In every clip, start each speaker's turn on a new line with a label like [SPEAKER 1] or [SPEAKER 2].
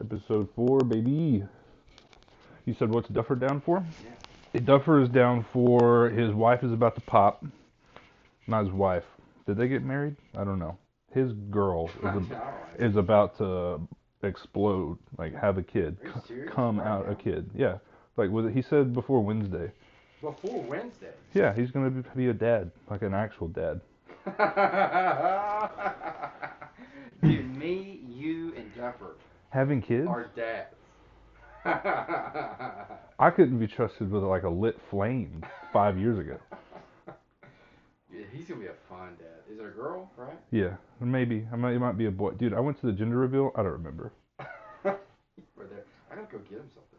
[SPEAKER 1] Episode four, baby. You said what's Duffer down for? Duffer is down for his wife is about to pop. Not his wife. Did they get married? I don't know. His girl is, ab- is about to explode, like have a kid,
[SPEAKER 2] Are you serious?
[SPEAKER 1] come
[SPEAKER 2] Right
[SPEAKER 1] out
[SPEAKER 2] now?
[SPEAKER 1] a kid. Yeah, like was it, he said before Wednesday.
[SPEAKER 2] Before Wednesday.
[SPEAKER 1] Yeah, he's gonna be, be a dad, like an actual dad.
[SPEAKER 2] Dude, me, you, and Duffer
[SPEAKER 1] Having kids,
[SPEAKER 2] are dads.
[SPEAKER 1] I couldn't be trusted with like a lit flame five years ago.
[SPEAKER 2] Yeah, he's gonna be a fun dad. Is it a girl, right?
[SPEAKER 1] Yeah, maybe I might, it might be a boy. Dude, I went to the gender reveal. I don't remember.
[SPEAKER 2] Right there. I gotta go get him something.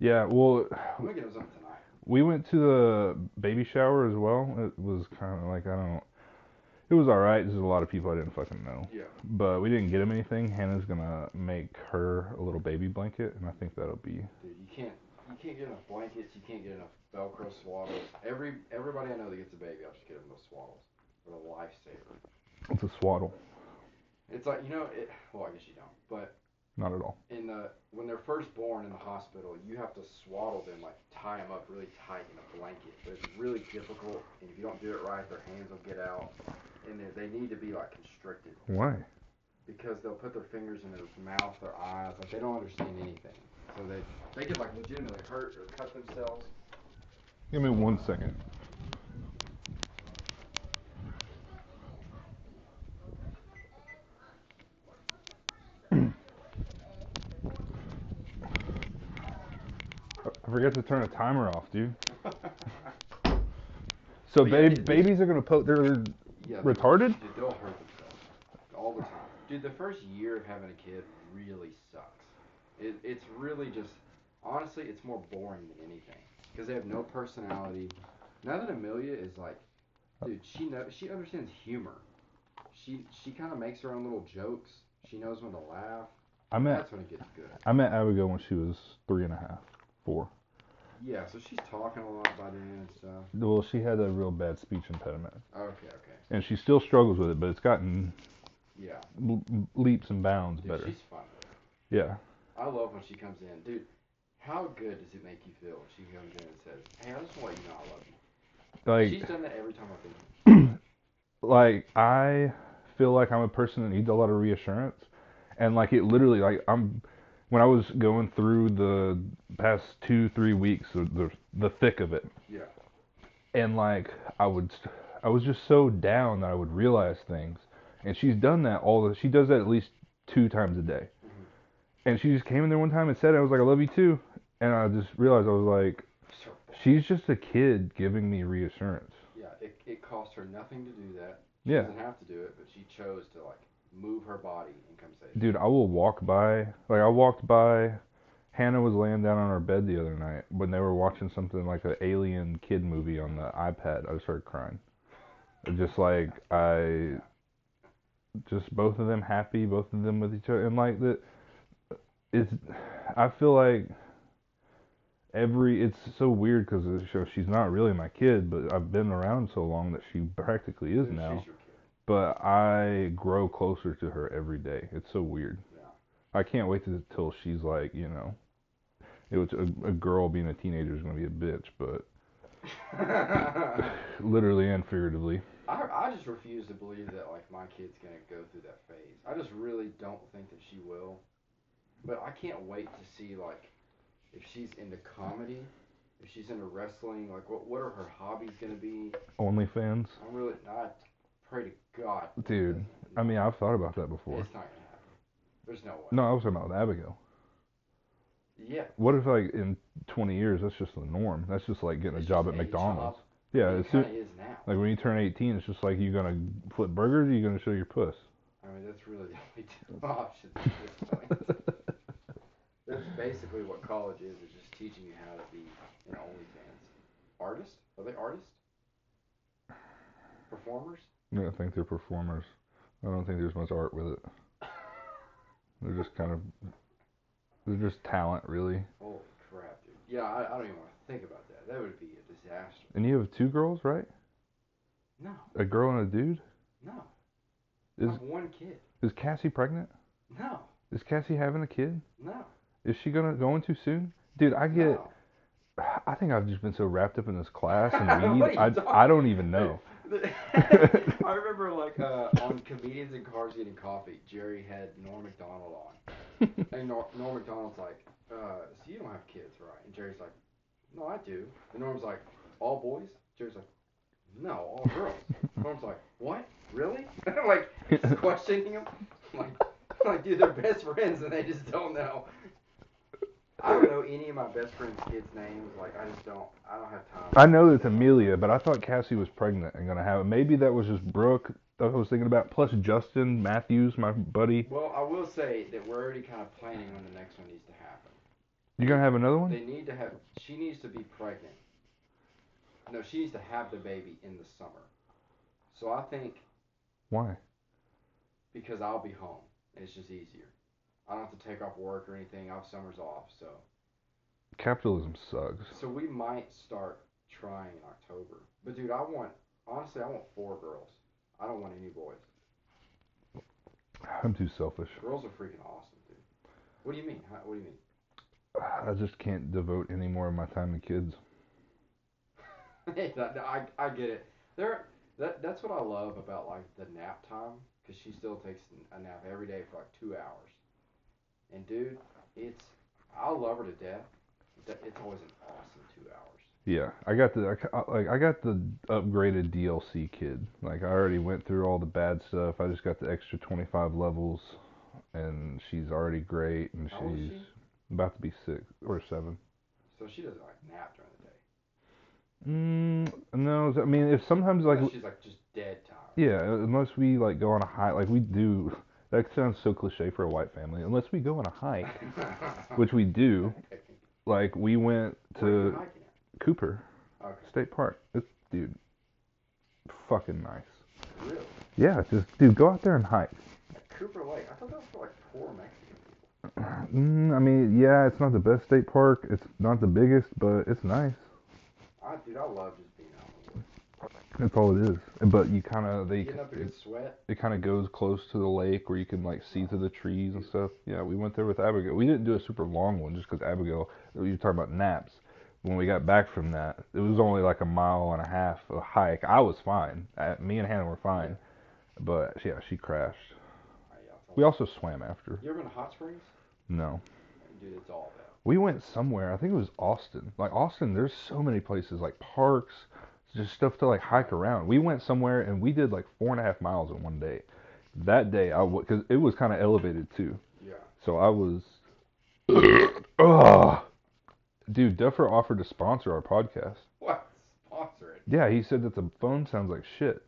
[SPEAKER 1] Yeah, well,
[SPEAKER 2] I'm gonna get him something tonight.
[SPEAKER 1] we went to the baby shower as well. It was kind of like I don't. It was all right. There's a lot of people I didn't fucking know,
[SPEAKER 2] Yeah.
[SPEAKER 1] but we didn't get him anything. Hannah's gonna make her a little baby blanket, and I think that'll be.
[SPEAKER 2] Dude, you can't you can't get enough blankets, you can't get enough Velcro swaddles. Every everybody I know that gets a baby, I'll just get them those swaddles. They're a lifesaver.
[SPEAKER 1] It's a swaddle.
[SPEAKER 2] It's like you know, it, well I guess you don't, but
[SPEAKER 1] Not at all.
[SPEAKER 2] in the when they're first born in the hospital, you have to swaddle them like tie them up really tight in a blanket. But it's really difficult, and if you don't do it right, their hands will get out, and they they need to be like constricted
[SPEAKER 1] Why?
[SPEAKER 2] because they'll put their fingers in their mouth, their eyes, like they don't understand anything. So they they could like legitimately hurt or cut themselves.
[SPEAKER 1] Give me one second. I forgot to turn a timer off, dude. So
[SPEAKER 2] But yeah,
[SPEAKER 1] ba-
[SPEAKER 2] it-
[SPEAKER 1] babies are gonna poke. They're
[SPEAKER 2] Yeah,
[SPEAKER 1] Retarded?
[SPEAKER 2] Dude, they'll hurt themselves all the time. Dude, the first year of having a kid really sucks. It, it's really just, honestly, it's more boring than anything because they have no personality. Now that Amelia is like, dude, she know, she understands humor. She she kind of makes her own little jokes. She knows when to laugh.
[SPEAKER 1] I met
[SPEAKER 2] That's when it gets good.
[SPEAKER 1] I met Abigail when she was three and a half, four.
[SPEAKER 2] Yeah, so she's talking a lot by then and stuff.
[SPEAKER 1] Well, she had a real bad speech impediment,
[SPEAKER 2] Okay, okay,
[SPEAKER 1] and she still struggles with it, but it's gotten
[SPEAKER 2] yeah.
[SPEAKER 1] l- leaps and bounds
[SPEAKER 2] Dude,
[SPEAKER 1] better.
[SPEAKER 2] she's fun.
[SPEAKER 1] Yeah.
[SPEAKER 2] I love when she comes in, dude. How good does it make you feel when she comes in and says, "Hey, I just want you to know I love you."
[SPEAKER 1] Like
[SPEAKER 2] She's done that every time I've been.
[SPEAKER 1] like I feel like I'm a person that needs a lot of reassurance, and like it literally like I'm when I was going through the past two three weeks the the, the thick of it,
[SPEAKER 2] Yeah.
[SPEAKER 1] and like I would I was just so down that I would realize things, and she's done that all the she does that at least two times a day,
[SPEAKER 2] Mm-hmm.
[SPEAKER 1] and she just came in there one time and said it, I was like I love you too, and I just realized I was like
[SPEAKER 2] So,
[SPEAKER 1] she's just a kid giving me reassurance.
[SPEAKER 2] yeah, it, it cost her nothing to do that. She
[SPEAKER 1] Yeah.
[SPEAKER 2] doesn't have to do it, but she chose to like move her body and come say. it.
[SPEAKER 1] Dude, I will walk by. Like I walked by. Hannah was laying down on her bed the other night when they were watching something like an alien kid movie on the iPad. I just started crying. Just like I, just both of them happy, both of them with each other, and like that. It's. I feel like every. It's so weird because she's not really my kid, but I've been around so long that she practically is
[SPEAKER 2] Dude,
[SPEAKER 1] now
[SPEAKER 2] She's your kid.
[SPEAKER 1] but I grow closer to her every day. It's so weird.
[SPEAKER 2] Yeah.
[SPEAKER 1] I can't wait to, till she's like, you know, it was a, a girl being a teenager is gonna be a bitch, but literally and figuratively.
[SPEAKER 2] I I just refuse to believe that like my kid's gonna go through that phase. I just really don't think that she will. But I can't wait to see like if she's into comedy, if she's into wrestling, like what what are her hobbies gonna be?
[SPEAKER 1] OnlyFans,
[SPEAKER 2] I'm really not. Pray to God.
[SPEAKER 1] dude. I mean, I've thought about that before.
[SPEAKER 2] It's not gonna happen. There's no way.
[SPEAKER 1] No, I was talking about Abigail.
[SPEAKER 2] Yeah.
[SPEAKER 1] What if like in 20 years that's just the norm? That's just like getting a
[SPEAKER 2] it's
[SPEAKER 1] job
[SPEAKER 2] just
[SPEAKER 1] at
[SPEAKER 2] a
[SPEAKER 1] McDonald's.
[SPEAKER 2] job.
[SPEAKER 1] Yeah,
[SPEAKER 2] it
[SPEAKER 1] it's
[SPEAKER 2] kind
[SPEAKER 1] just,
[SPEAKER 2] of is now.
[SPEAKER 1] like when you turn 18, it's just like you gonna flip burgers, or you gonna show your puss.
[SPEAKER 2] I mean, that's really the only two options at this point. That's basically what college is. It's just teaching you how to be an OnlyFans artist. Are they artists? Performers?
[SPEAKER 1] I don't think they're performers. I don't think there's much art with it. They're just kind of they're just talent really.
[SPEAKER 2] Holy crap, dude. Yeah, I, I don't even want to think about that. That would be a disaster.
[SPEAKER 1] And you have two girls, right?
[SPEAKER 2] No,
[SPEAKER 1] A girl and a dude?
[SPEAKER 2] no.
[SPEAKER 1] Is
[SPEAKER 2] I'm one kid.
[SPEAKER 1] is Cassie pregnant?
[SPEAKER 2] No.
[SPEAKER 1] Is Cassie having a kid?
[SPEAKER 2] No.
[SPEAKER 1] Is she gonna going too soon? Dude, I get.
[SPEAKER 2] no.
[SPEAKER 1] I think I've just been so wrapped up in this class and
[SPEAKER 2] What
[SPEAKER 1] weed.
[SPEAKER 2] are
[SPEAKER 1] I,
[SPEAKER 2] you
[SPEAKER 1] I don't even know.
[SPEAKER 2] I remember like uh, on comedians in cars getting coffee. Jerry had Norm Macdonald on, and Nor- Norm Macdonald's like, uh, "So you don't have kids, right?" And Jerry's like, "No, I do." And Norm's like, "All boys?" Jerry's like, "No, all girls." Norm's like, "What? Really?" like he's questioning him. Like, like dude, they're best friends and they just don't know. I don't know any of my best friends' kids' names. Like, I just don't. I don't have time.
[SPEAKER 1] I know it's Amelia, but I thought Cassie was pregnant and gonna have it. Maybe that was just Brooke that I was thinking about, plus Justin Matthews, my buddy.
[SPEAKER 2] Well, I will say that we're already kind of planning when the next one needs to happen.
[SPEAKER 1] You gonna have another one?
[SPEAKER 2] They need to have. She needs to be pregnant. No, she needs to have the baby in the summer. So I think
[SPEAKER 1] Why?
[SPEAKER 2] because I'll be home and it's just easier. I don't have to take off work or anything. I have summers off, so
[SPEAKER 1] Capitalism sucks.
[SPEAKER 2] so we might start trying in October. But dude, I want honestly, I want four girls. I don't want any boys.
[SPEAKER 1] I'm too selfish.
[SPEAKER 2] Girls are freaking awesome, dude. What do you mean? How, what do you mean?
[SPEAKER 1] I just can't devote any more of my time to kids.
[SPEAKER 2] Hey, that- that- I, I get it. There, that, that's what I love about like the nap time because she still takes a nap every day for like two hours. And dude, it's I love her to death. but that- It's always an awesome two hours.
[SPEAKER 1] Yeah, I got the I ca- I- like I got the upgraded DLC kid. Like I already went through all the bad stuff. I just got the extra 25 levels, and she's already great, and
[SPEAKER 2] How old is
[SPEAKER 1] she's
[SPEAKER 2] she?
[SPEAKER 1] about to be six or seven.
[SPEAKER 2] So she doesn't like nap during the day.
[SPEAKER 1] Mm, no, I mean if sometimes like
[SPEAKER 2] Unless she's like just dead tired.
[SPEAKER 1] yeah, unless we like go on a hike, like we do. That sounds so cliche for a white family. Unless we go on a hike, which we do. Like we went to Cooper
[SPEAKER 2] Okay,
[SPEAKER 1] State Park. It's dude, fucking nice.
[SPEAKER 2] really?
[SPEAKER 1] Yeah, just dude, go out there and hike.
[SPEAKER 2] At Cooper Lake? I thought that was for like poor Mexican people.
[SPEAKER 1] Mm, I mean, yeah, it's not the best state park. It's not the biggest, but it's nice.
[SPEAKER 2] I dude, I love just being out in the woods.
[SPEAKER 1] That's all it is. But you kind of they
[SPEAKER 2] Getting up a
[SPEAKER 1] it,
[SPEAKER 2] good sweat.
[SPEAKER 1] kind of goes close to the lake where you can like see through the trees and stuff. Yeah, we went there with Abigail. We didn't do a super long one just because Abigail. You were talking about naps. When we got back from that, it was only like a mile and a half of hike. I was fine. I, me and Hannah were fine, but yeah, she crashed.
[SPEAKER 2] I, I
[SPEAKER 1] We also swam after.
[SPEAKER 2] you ever been to hot springs?
[SPEAKER 1] No.
[SPEAKER 2] Dude, it's all that.
[SPEAKER 1] we went somewhere. I think it was Austin. Like Austin, there's so many places like parks, just stuff to like hike around. We went somewhere and we did like four and a half miles in one day. That day, I because it was kind of elevated too,
[SPEAKER 2] Yeah.
[SPEAKER 1] so I was. Ugh. Dude, Duffer offered to sponsor our podcast.
[SPEAKER 2] What? Sponsor it.
[SPEAKER 1] Yeah, he said that the phone sounds like shit.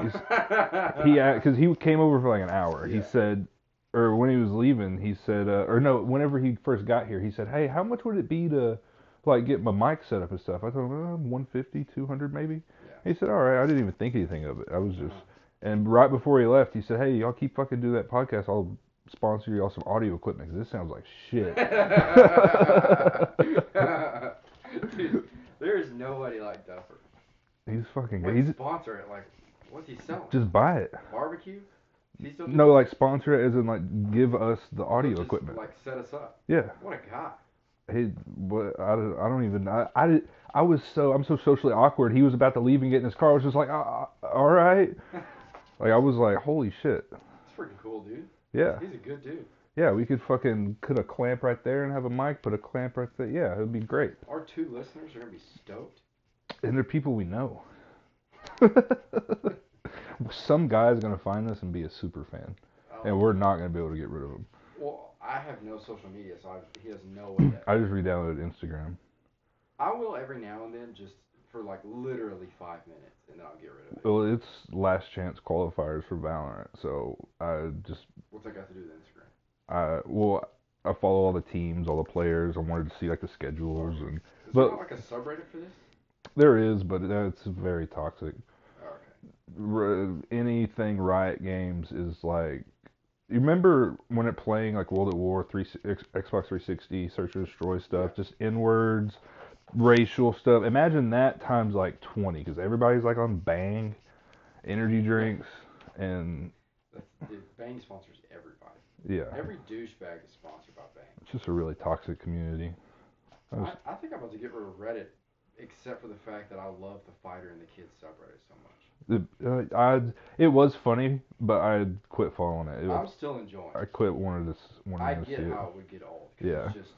[SPEAKER 1] He because he came over for like an hour. He
[SPEAKER 2] Uh, Yeah.
[SPEAKER 1] said, or when he was leaving, he said, uh, or no, whenever he first got here, he said, "Hey, how much would it be to like get my mic set up and stuff?" I told him uh, 150, 200 maybe.
[SPEAKER 2] Yeah.
[SPEAKER 1] He said, "All right." I didn't even think anything of it. I was
[SPEAKER 2] Uh-huh.
[SPEAKER 1] just, and right before he left, he said, "Hey, y'all keep fucking do that podcast. I'll sponsor y'all some audio equipment 'cause this sounds like shit."
[SPEAKER 2] Dude, there is nobody like Duffer.
[SPEAKER 1] He's fucking
[SPEAKER 2] Like,
[SPEAKER 1] good. He's
[SPEAKER 2] sponsor it. Like, what's he selling?
[SPEAKER 1] just buy it.
[SPEAKER 2] Barbecue? Is he still doing
[SPEAKER 1] No,
[SPEAKER 2] that?
[SPEAKER 1] like sponsor it as in like give us the
[SPEAKER 2] Or
[SPEAKER 1] audio
[SPEAKER 2] just,
[SPEAKER 1] equipment.
[SPEAKER 2] Like, set us up.
[SPEAKER 1] Yeah.
[SPEAKER 2] What a guy.
[SPEAKER 1] He, what, I, don't- I don't even, I, I, did- I was so, I'm so socially awkward. He was about to leave and get in his car. I was just like, uh, uh, all right. Like, I was like, holy shit.
[SPEAKER 2] It's freaking cool, dude.
[SPEAKER 1] Yeah.
[SPEAKER 2] He's a good dude.
[SPEAKER 1] Yeah. We could fucking, put a clamp right there and have a mic, put a clamp right there. Yeah. It would be great.
[SPEAKER 2] Our two listeners are going to be stoked.
[SPEAKER 1] And they're people we know. Some guy's going to find this and be a super fan.
[SPEAKER 2] Oh,
[SPEAKER 1] And we're not going to be able to get rid of him.
[SPEAKER 2] well, I have no social media, so I, he has no way. that-
[SPEAKER 1] I just redownloaded Instagram.
[SPEAKER 2] I will every now and then just for like literally five minutes, and then I'll get rid of it.
[SPEAKER 1] Well, it's last chance qualifiers for Valorant. So I just
[SPEAKER 2] What's I got to do with Instagram?
[SPEAKER 1] uh, well, I follow all the teams, all the players. I wanted to see like the schedules, and
[SPEAKER 2] Is
[SPEAKER 1] But-
[SPEAKER 2] there like a subreddit for this?
[SPEAKER 1] there is, but it's very toxic.
[SPEAKER 2] Oh, okay.
[SPEAKER 1] R- anything Riot Games is like. You remember when it playing like World at War, three X, Xbox 360, Search and Destroy stuff, just N words, racial stuff. Imagine that times like 20, because everybody's like on Bang, energy drinks, and
[SPEAKER 2] That's, dude, Bang sponsors everybody.
[SPEAKER 1] Yeah.
[SPEAKER 2] Every douchebag is sponsored by Bang.
[SPEAKER 1] It's just a really toxic community. I was-
[SPEAKER 2] I, I think I'm about to get rid of Reddit, except for the fact that I love the fighter and the kids subreddit so much.
[SPEAKER 1] The, uh, I it was funny, but I quit following it. it
[SPEAKER 2] I'm
[SPEAKER 1] was,
[SPEAKER 2] still enjoying.
[SPEAKER 1] I
[SPEAKER 2] it.
[SPEAKER 1] quit wanting to s-
[SPEAKER 2] I
[SPEAKER 1] wanting to see
[SPEAKER 2] get
[SPEAKER 1] it.
[SPEAKER 2] how it would get old. 'cause
[SPEAKER 1] Yeah.
[SPEAKER 2] It's just,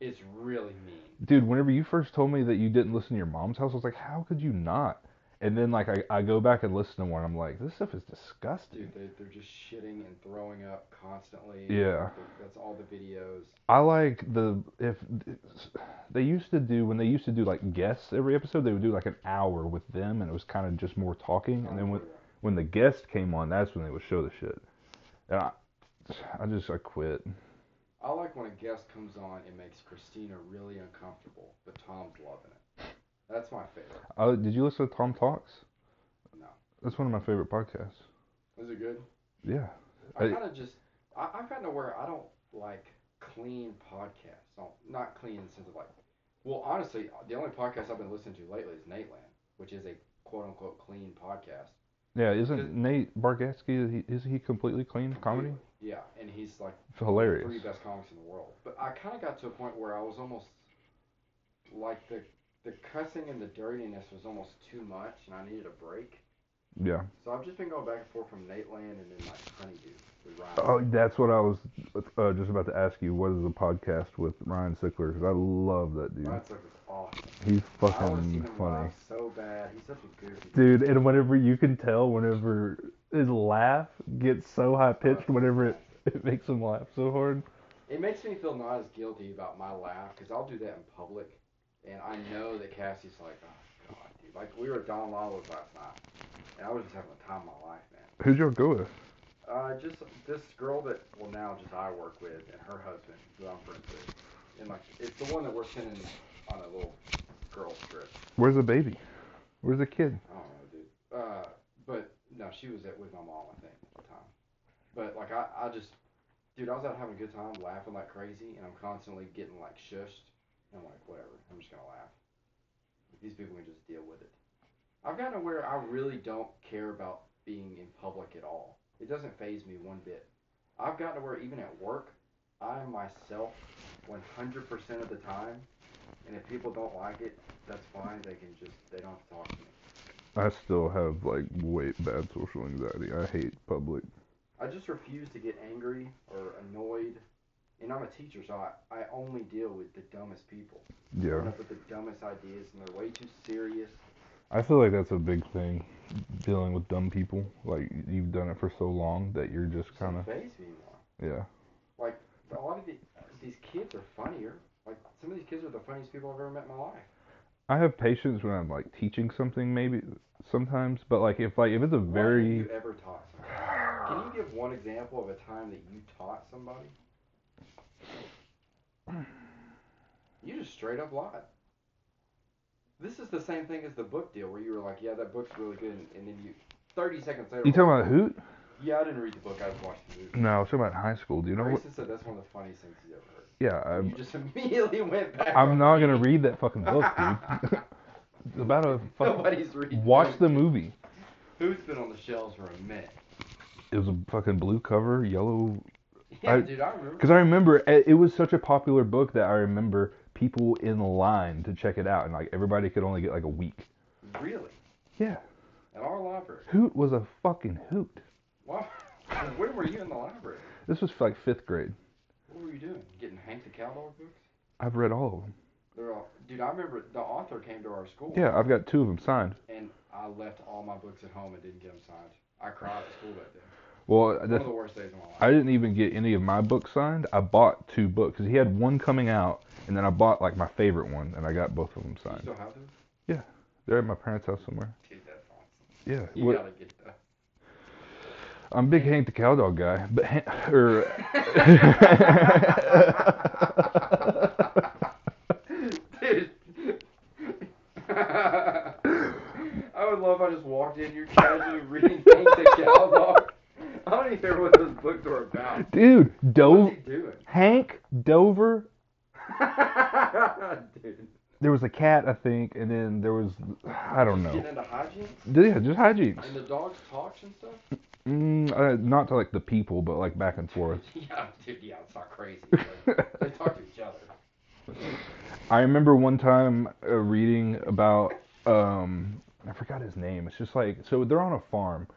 [SPEAKER 2] it's really mean.
[SPEAKER 1] Dude, whenever you first told me that you didn't listen to your mom's house, I was like, how could you not? And then like I, I go back and listen to one, I'm like, this stuff is disgusting.
[SPEAKER 2] Dude, they, they're just shitting and throwing up constantly.
[SPEAKER 1] Yeah.
[SPEAKER 2] That's all the videos.
[SPEAKER 1] I like the if they used to do when they used to do like guests every episode, they would do like an hour with them, and it was kind of just more talking. And then when when the guest came on, that's when they would show the shit. And I, I just I quit.
[SPEAKER 2] I like when a guest comes on and makes Christina really uncomfortable, but Tom's loving it. That's my favorite.
[SPEAKER 1] Oh, did you listen to Tom Talks?
[SPEAKER 2] No.
[SPEAKER 1] That's one of my favorite podcasts.
[SPEAKER 2] Is it good?
[SPEAKER 1] Yeah.
[SPEAKER 2] I
[SPEAKER 1] I-
[SPEAKER 2] kind of just, I, I've gotten to where I don't like clean podcasts. Don't, not clean in the sense of like, well, honestly, the only podcast I've been listening to lately is Nateland, which is a quote unquote clean podcast.
[SPEAKER 1] Yeah,
[SPEAKER 2] Good.
[SPEAKER 1] isn't Nate Bargatze is he, is he completely clean comedy?
[SPEAKER 2] Yeah, and he's like
[SPEAKER 1] It's hilarious.
[SPEAKER 2] three best comics in the world. But I kind of got to a point where I was almost like the the cussing and the dirtiness was almost too much, and I needed a break.
[SPEAKER 1] Yeah.
[SPEAKER 2] So I've just been going back and forth from Nateland and then like Honeydew with Ryan.
[SPEAKER 1] Oh, that's what I was uh, just about to ask you. What is the podcast with Ryan Sickler? Because I love that dude.
[SPEAKER 2] Ryan Slick was awesome.
[SPEAKER 1] He's
[SPEAKER 2] I want to see
[SPEAKER 1] fucking
[SPEAKER 2] him
[SPEAKER 1] funny.
[SPEAKER 2] laugh so bad. He's such a goofy
[SPEAKER 1] Dude, and whenever you can tell, whenever his laugh gets so high pitched, whenever it, it makes him laugh so hard.
[SPEAKER 2] It makes me feel not as guilty about my laugh because I'll do that in public, and I know that Cassie's like, oh god, dude. Like we were at Don Lalo's last night, and I was just having the time of my life, man.
[SPEAKER 1] Who'd y'all go with?
[SPEAKER 2] Uh, just this girl that well now just I work with and her husband who I'm friends with, and like it's the one that we're sending on a little girl trip.
[SPEAKER 1] Where's the baby? Where's the kid?
[SPEAKER 2] I don't know, Oh, dude. Uh, but no, she was at with my mom I think at the time. But like I, I just, dude, I was out having a good time, laughing like crazy, and I'm constantly getting like shushed. And I'm like, whatever, I'm just gonna laugh. These people can just deal with it. I've gotten to where I really don't care about being in public at all. It doesn't phase me one bit. I've gotten to where even at work, I am myself 100% of the time. And if people don't like it, that's fine. They can just, they don't have to talk to me.
[SPEAKER 1] I still have like way bad social anxiety. I hate public.
[SPEAKER 2] I just refuse to get angry or annoyed. And I'm a teacher, so I, I only deal with the dumbest people.
[SPEAKER 1] Yeah.
[SPEAKER 2] Coming up with the dumbest ideas, and they're way too serious.
[SPEAKER 1] I feel like that's a big thing, dealing with dumb people. Like you've done it for so long that you're just
[SPEAKER 2] It
[SPEAKER 1] kind
[SPEAKER 2] doesn't
[SPEAKER 1] of
[SPEAKER 2] phase me anymore.
[SPEAKER 1] yeah.
[SPEAKER 2] But A lot of the, these kids are funnier. Like some of these kids are the funniest people I've ever met in my life.
[SPEAKER 1] I have patience when I'm like teaching something maybe sometimes, but like if like if it's a very
[SPEAKER 2] What have you ever taught somebody? Can you give one example of a time that you taught somebody? You just straight up lied. This is the same thing as the book deal where you were like, yeah, that book's really good, and, and then you, 30 seconds later,
[SPEAKER 1] you talking about Hoot?
[SPEAKER 2] yeah, I didn't read the book, I just watched the movie.
[SPEAKER 1] No, I was talking about high school. Do you know what?
[SPEAKER 2] Grayson said that's one of the funniest things he's ever heard.
[SPEAKER 1] Yeah,
[SPEAKER 2] you
[SPEAKER 1] I'm,
[SPEAKER 2] just immediately went back.
[SPEAKER 1] I'm
[SPEAKER 2] on-
[SPEAKER 1] not gonna read that fucking book, dude. it's about a fucking
[SPEAKER 2] Nobody's reading.
[SPEAKER 1] watch the movie.
[SPEAKER 2] Who's been on the shelves for a minute?
[SPEAKER 1] It was a fucking blue cover, yellow
[SPEAKER 2] Yeah,
[SPEAKER 1] I-
[SPEAKER 2] dude, I remember.
[SPEAKER 1] Because I remember eh, it it was such a popular book that I remember people in line to check it out, and like everybody could only get like a week.
[SPEAKER 2] Really?
[SPEAKER 1] Yeah,
[SPEAKER 2] At our library.
[SPEAKER 1] Hoot was a fucking hoot.
[SPEAKER 2] Wow. When were you in the library?
[SPEAKER 1] This was like fifth grade.
[SPEAKER 2] What were you doing? Getting Hank the Cowdog books?
[SPEAKER 1] I've read all of them.
[SPEAKER 2] They're all, dude, I remember the author came to our school.
[SPEAKER 1] Yeah, I've got two of them signed.
[SPEAKER 2] And I left all my books at home and didn't get them signed. I cried at school that day.
[SPEAKER 1] Well,
[SPEAKER 2] One of
[SPEAKER 1] that's,
[SPEAKER 2] the worst days of my life.
[SPEAKER 1] I didn't even get any of my books signed. I bought two books because he had one coming out, and then I bought like my favorite one, and I got both of them
[SPEAKER 2] Do you
[SPEAKER 1] signed.
[SPEAKER 2] still have them?
[SPEAKER 1] They're at my parents' house somewhere.
[SPEAKER 2] Dude, that's awesome.
[SPEAKER 1] Yeah,
[SPEAKER 2] You
[SPEAKER 1] what-
[SPEAKER 2] gotta get that.
[SPEAKER 1] I'm big Hank the Cowdog guy, but er, Han- or
[SPEAKER 2] Dude. I would love if I just walked in, you're casually reading Hank the Cowdog. I don't even care what those books are about.
[SPEAKER 1] dude,
[SPEAKER 2] What's
[SPEAKER 1] Dover,
[SPEAKER 2] he doing?
[SPEAKER 1] Hank Dover.
[SPEAKER 2] Dude.
[SPEAKER 1] There was a cat, I think, and then there was I don't know.
[SPEAKER 2] Getting into hijinks?
[SPEAKER 1] Yeah, just hijinks.
[SPEAKER 2] And the dogs talks and stuff?
[SPEAKER 1] Mm, uh, not to like the people, but like back and forth.
[SPEAKER 2] yeah, dude, yeah, it's not crazy. but they talk to each other.
[SPEAKER 1] I remember one time uh, reading about um I forgot his name. It's just like so they're on a farm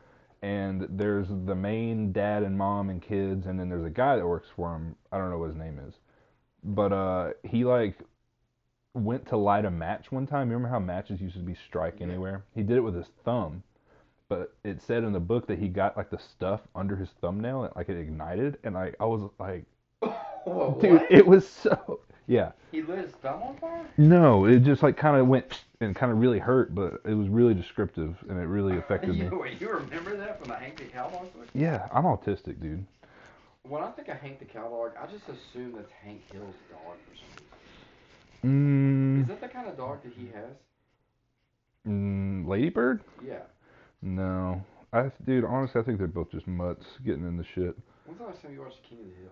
[SPEAKER 1] and there's the main dad and mom and kids and then there's a guy that works for him. I don't know what his name is. But uh he like went to light a match one time. You remember how matches used to be strike
[SPEAKER 2] Yeah.
[SPEAKER 1] anywhere? He did it with his thumb. But it said in the book that he got like the stuff under his thumbnail and like it ignited and like I was like
[SPEAKER 2] Whoa,
[SPEAKER 1] dude,
[SPEAKER 2] what?
[SPEAKER 1] it was so yeah.
[SPEAKER 2] He lit his thumb on fire?
[SPEAKER 1] No, it just like kind of went and kind of really hurt, but it was really descriptive and it really affected me.
[SPEAKER 2] you, wait, you remember that from the Hank the Cowboy switch?
[SPEAKER 1] Yeah, I'm autistic, dude.
[SPEAKER 2] When I think of Hank the Cowboy, I just assume that's Hank Hill's dog or something. Is
[SPEAKER 1] Mm,
[SPEAKER 2] that the kind of dog that he has?
[SPEAKER 1] mm, Ladybird?
[SPEAKER 2] Yeah.
[SPEAKER 1] No, I dude, honestly, I think they're both just mutts getting in the shit.
[SPEAKER 2] When's the last time you watched King of the Hill?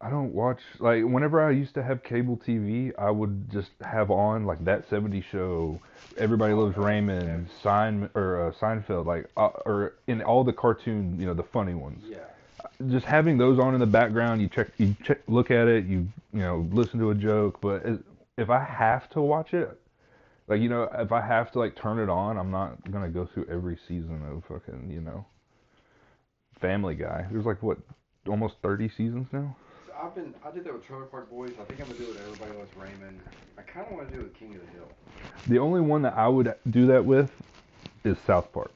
[SPEAKER 1] I don't watch like whenever I used to have cable TV, I would just have on like that 70 show, Everybody Loves Raymond, Sein or uh, Seinfeld, like uh, or in all the cartoon, you know, the funny ones.
[SPEAKER 2] Yeah.
[SPEAKER 1] just having those on in the background, you check, you check, look at it, you you know, listen to a joke. But it- if I have to watch it, like you know, if I have to like turn it on, I'm not gonna go through every season of fucking you know, Family Guy. There's like what, almost 30 seasons now.
[SPEAKER 2] So I've been, I did that with Trailer Park Boys. I think I'm gonna do it with Everybody Loves Raymond. I kind of want to do it with King of the Hill.
[SPEAKER 1] The only one that I would do that with is South Park.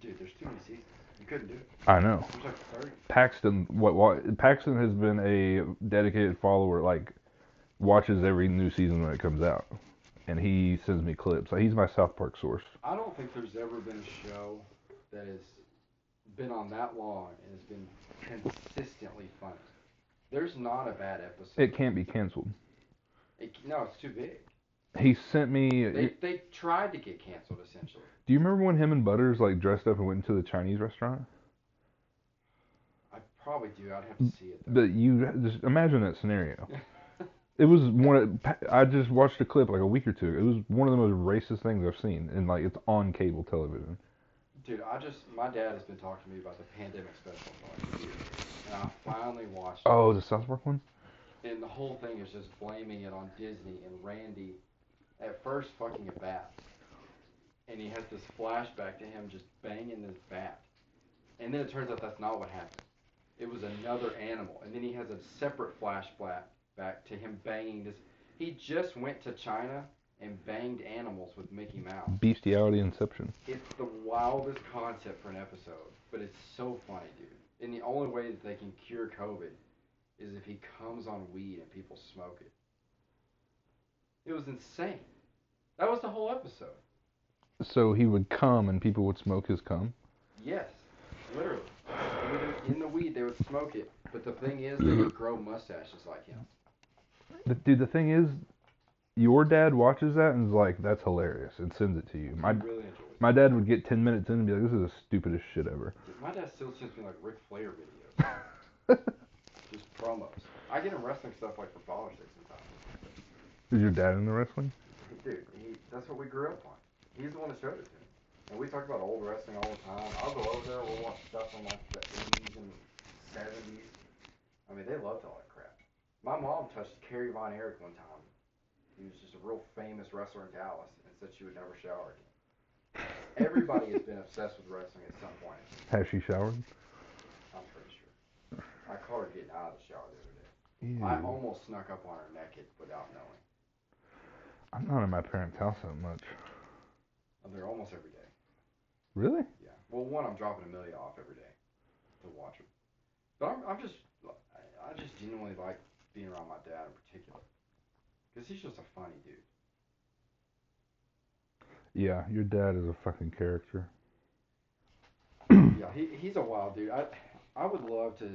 [SPEAKER 2] Dude, there's too many seasons. You couldn't do it.
[SPEAKER 1] I know
[SPEAKER 2] There's like 30.
[SPEAKER 1] Paxton. What, what Paxton has been a dedicated follower. Like watches every new season when it comes out. And he sends me clips. Like, he's my South Park source.
[SPEAKER 2] I don't think there's ever been a show that has been on that long and has been consistently funny. There's not a bad episode.
[SPEAKER 1] It can't be canceled.
[SPEAKER 2] It- no, it's too big.
[SPEAKER 1] He sent me.
[SPEAKER 2] They, they tried to get canceled essentially.
[SPEAKER 1] do you remember when him and Butters like dressed up and went into the Chinese restaurant?
[SPEAKER 2] I probably do. I'd have to see it. Though.
[SPEAKER 1] But you just imagine that scenario. It was one. Of, I just watched a clip like a week or two. It was one of the most racist things I've seen, and like it's on cable television.
[SPEAKER 2] Dude, I just my dad has been talking to me about the pandemic special for like a year, and I finally watched it.
[SPEAKER 1] Oh, the South Park one.
[SPEAKER 2] And the whole thing is just blaming it on Disney and Randy at first fucking a bat. And he has this flashback to him just banging this bat. And then it turns out that's not what happened. It was another animal. And then he has a separate flashback back to him banging this. He just went to China and banged animals with Mickey Mouse.
[SPEAKER 1] Bestiality Inception.
[SPEAKER 2] It's the wildest concept for an episode, but it's so funny, dude. And the only way that they can cure COVID is if he comes on weed and people smoke it. It was insane. That was the whole episode.
[SPEAKER 1] So he would come, and people would smoke his cum.
[SPEAKER 2] Yes, literally. They would- In the weed, they would smoke it, but the thing is, they would grow mustaches like him.
[SPEAKER 1] The, dude, the thing is, your dad watches that and is like, "That's hilarious," and sends it to you.
[SPEAKER 2] I
[SPEAKER 1] My
[SPEAKER 2] really enjoyed
[SPEAKER 1] my dad would get ten minutes in and be like, "This is the stupidest shit ever."
[SPEAKER 2] it. Dude, My dad still sends me like Ric Flair videos, just promos. I get him wrestling stuff like for Father's Day sometimes.
[SPEAKER 1] Is your dad into wrestling?
[SPEAKER 2] Dude, he, that's what we grew up on. He's the one that showed it to me. And we talk about old wrestling all the time. I'll go over there, we'll watch stuff from like the 80s and 70s. I mean, they loved all that crap. My mom touched Kerry Von Erich one time. He was just a real famous wrestler in Dallas and said she would never shower again. Everybody has been obsessed with wrestling at some point,
[SPEAKER 1] Has she showered?
[SPEAKER 2] I'm pretty sure. I caught her getting out of the shower the other day.
[SPEAKER 1] Ew.
[SPEAKER 2] I almost snuck up on her naked without knowing.
[SPEAKER 1] I'm not in my parents' house that much.
[SPEAKER 2] I'm there almost every day.
[SPEAKER 1] Really?
[SPEAKER 2] Yeah. Well, one, I'm dropping Amelia off every day to watch her. But I'm, I'm just, I, I just genuinely like being around my dad in particular. Because he's just a funny dude.
[SPEAKER 1] Yeah, your dad is a fucking character.
[SPEAKER 2] yeah, he, he's a wild dude. I, I would love to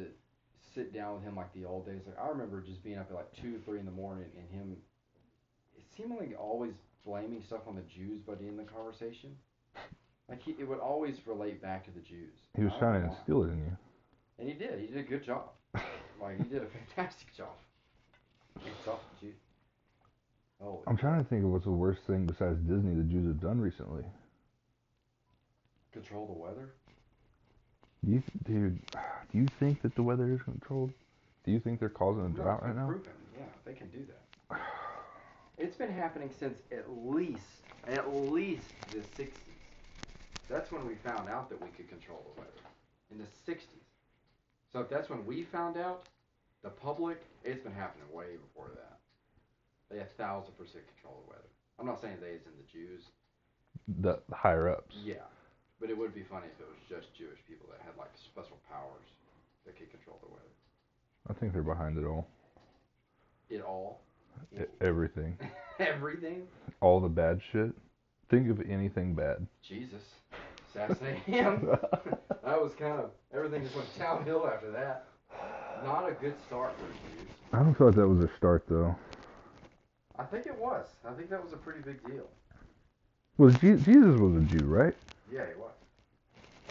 [SPEAKER 2] sit down with him like the old days. Like I remember just being up at like two, three in the morning, and him seemingly always blaming stuff on the Jews by the end of the conversation. Like he, it would always relate back to the Jews.
[SPEAKER 1] He was
[SPEAKER 2] I don't
[SPEAKER 1] trying
[SPEAKER 2] know
[SPEAKER 1] to
[SPEAKER 2] why.
[SPEAKER 1] instill it in you.
[SPEAKER 2] And he did. He did a good job. Like he did a fantastic job. It's off the Jews. Oh,
[SPEAKER 1] I'm trying to think of what's the worst thing besides Disney the Jews have done recently.
[SPEAKER 2] control the weather.
[SPEAKER 1] You, dude, do you think that the weather is controlled? Do you think they're causing a
[SPEAKER 2] No,
[SPEAKER 1] drought
[SPEAKER 2] it's
[SPEAKER 1] right
[SPEAKER 2] been
[SPEAKER 1] now?
[SPEAKER 2] proven. Yeah, they can do that. It's been happening since at least at least the 60s. That's when we found out that we could control the weather in the 60s. So if that's when we found out, the public, it's been happening way before that. They a thousand percent control the weather. I'm not saying they as in the Jews.
[SPEAKER 1] The the higher ups.
[SPEAKER 2] Yeah, but it would be funny if it was just Jewish people that had like special powers that could control the weather.
[SPEAKER 1] I think they're behind it all.
[SPEAKER 2] It all,
[SPEAKER 1] E- everything.
[SPEAKER 2] everything.
[SPEAKER 1] All the bad shit. Think of anything bad.
[SPEAKER 2] Jesus, assassinate him. that was kind of everything just went downhill after that. Not a good start for the Jews.
[SPEAKER 1] I don't thought that was a start though.
[SPEAKER 2] I think it was. I think that was a pretty big deal.
[SPEAKER 1] Was Je- Jesus was a Jew, right?
[SPEAKER 2] Yeah, it was.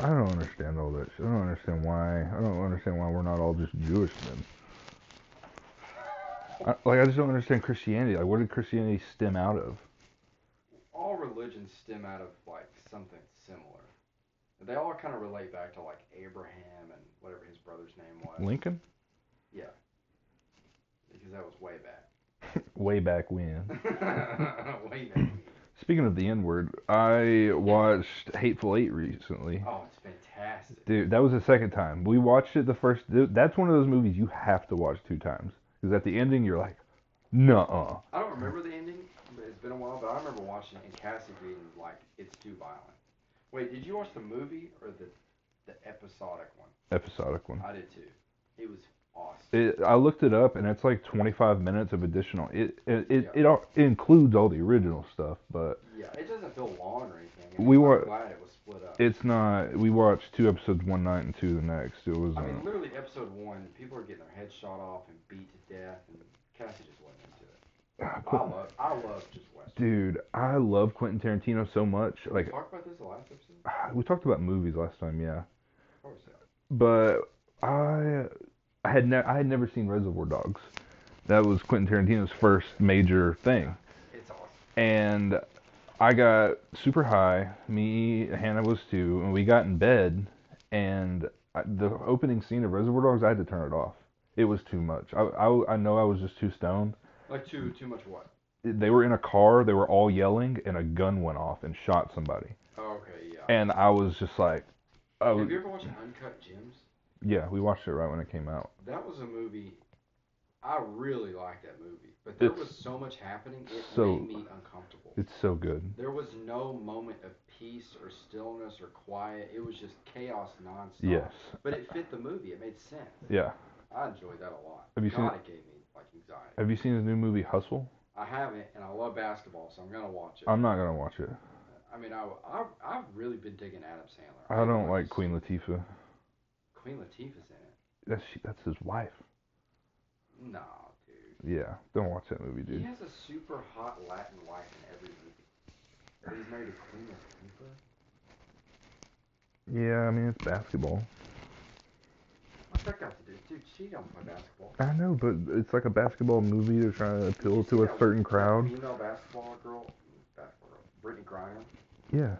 [SPEAKER 1] I don't understand all that shit. I don't understand why. I don't understand why we're not all just Jewish then. I, like I just don't understand Christianity. Like, where did Christianity stem out of?
[SPEAKER 2] All religions stem out of like something similar. They all kind of relate back to like Abraham and whatever his brother's name was.
[SPEAKER 1] Lincoln?
[SPEAKER 2] Because that was way back.
[SPEAKER 1] Way back when.
[SPEAKER 2] Wait a minute.
[SPEAKER 1] Speaking of the N word, I watched Hateful Eight recently.
[SPEAKER 2] Oh, it's fantastic.
[SPEAKER 1] Dude, that was the second time. We watched it the first. th- That's one of those movies you have to watch two times. Because at the ending, you're like, nuh uh.
[SPEAKER 2] I don't remember the ending. but It's been a while, but I remember watching it and Cassie being like, "It's too violent." Wait, did you watch the movie or the the episodic one?
[SPEAKER 1] Episodic one.
[SPEAKER 2] I did too. It was awesome.
[SPEAKER 1] It, I looked it up, and it's like 25 minutes of additional. It it, it, it, all, it includes all the original stuff, but
[SPEAKER 2] yeah, it doesn't feel long or anything. and
[SPEAKER 1] We
[SPEAKER 2] I'm
[SPEAKER 1] wa-
[SPEAKER 2] glad it was split up.
[SPEAKER 1] it's not. We watched two episodes one night and two the next. It was.
[SPEAKER 2] I mean,
[SPEAKER 1] Uh,
[SPEAKER 2] literally, episode one, people are getting their heads shot off and beat to death, and Cassie just wasn't into it. I
[SPEAKER 1] Quentin-
[SPEAKER 2] love, I love just Western.
[SPEAKER 1] dude, I love Quentin Tarantino so much. Like,
[SPEAKER 2] talked about this the last episode.
[SPEAKER 1] we talked about movies last time, yeah.
[SPEAKER 2] Of course. yeah.
[SPEAKER 1] but I I had ne- I had never seen Reservoir Dogs. That was Quentin Tarantino's first major thing,
[SPEAKER 2] It's awesome.
[SPEAKER 1] and I got super high. Me, Hannah was too, and we got in bed. And I, the opening scene of Reservoir Dogs, I had to turn it off. It was too much. I, I, I know I was just too stoned.
[SPEAKER 2] Like too, too much what?
[SPEAKER 1] They were in a car. They were all yelling, and a gun went off and shot somebody.
[SPEAKER 2] Oh, okay, yeah.
[SPEAKER 1] And uh, I was just like, I was,
[SPEAKER 2] Have you ever watched Uncut Gems?
[SPEAKER 1] yeah, we watched it right when it came out.
[SPEAKER 2] That was a movie. I really liked that movie, but there
[SPEAKER 1] It's
[SPEAKER 2] was so much happening, it
[SPEAKER 1] so-
[SPEAKER 2] made me uncomfortable.
[SPEAKER 1] It's so good.
[SPEAKER 2] There was no moment of peace or stillness or quiet. It was just chaos nonstop.
[SPEAKER 1] Yes.
[SPEAKER 2] But it fit the movie. It made sense.
[SPEAKER 1] Yeah.
[SPEAKER 2] I enjoyed that a lot.
[SPEAKER 1] Have you seen
[SPEAKER 2] God, it gave me like anxiety.
[SPEAKER 1] Have you seen his new movie Hustle?
[SPEAKER 2] I haven't, and I love basketball, so I'm gonna watch it.
[SPEAKER 1] I'm not gonna watch it.
[SPEAKER 2] I mean, I, I I've really been digging Adam Sandler.
[SPEAKER 1] I don't
[SPEAKER 2] haven't
[SPEAKER 1] like
[SPEAKER 2] s-
[SPEAKER 1] Queen Latifah.
[SPEAKER 2] Queen Latifah's in it.
[SPEAKER 1] That's she, that's his wife.
[SPEAKER 2] Nah, dude.
[SPEAKER 1] Yeah, don't watch that movie,
[SPEAKER 2] He
[SPEAKER 1] dude.
[SPEAKER 2] has a super hot Latin wife in every movie. But he's married to Queen Latifah.
[SPEAKER 1] Yeah, I mean it's basketball.
[SPEAKER 2] What's that got to do? Dude, she don't play basketball.
[SPEAKER 1] I know, but it's like a basketball movie. They're trying to appeal to a
[SPEAKER 2] Yeah,
[SPEAKER 1] certain
[SPEAKER 2] that
[SPEAKER 1] crowd.
[SPEAKER 2] Female basketball girl, basketball girl, Brittany Griner.
[SPEAKER 1] Yeah.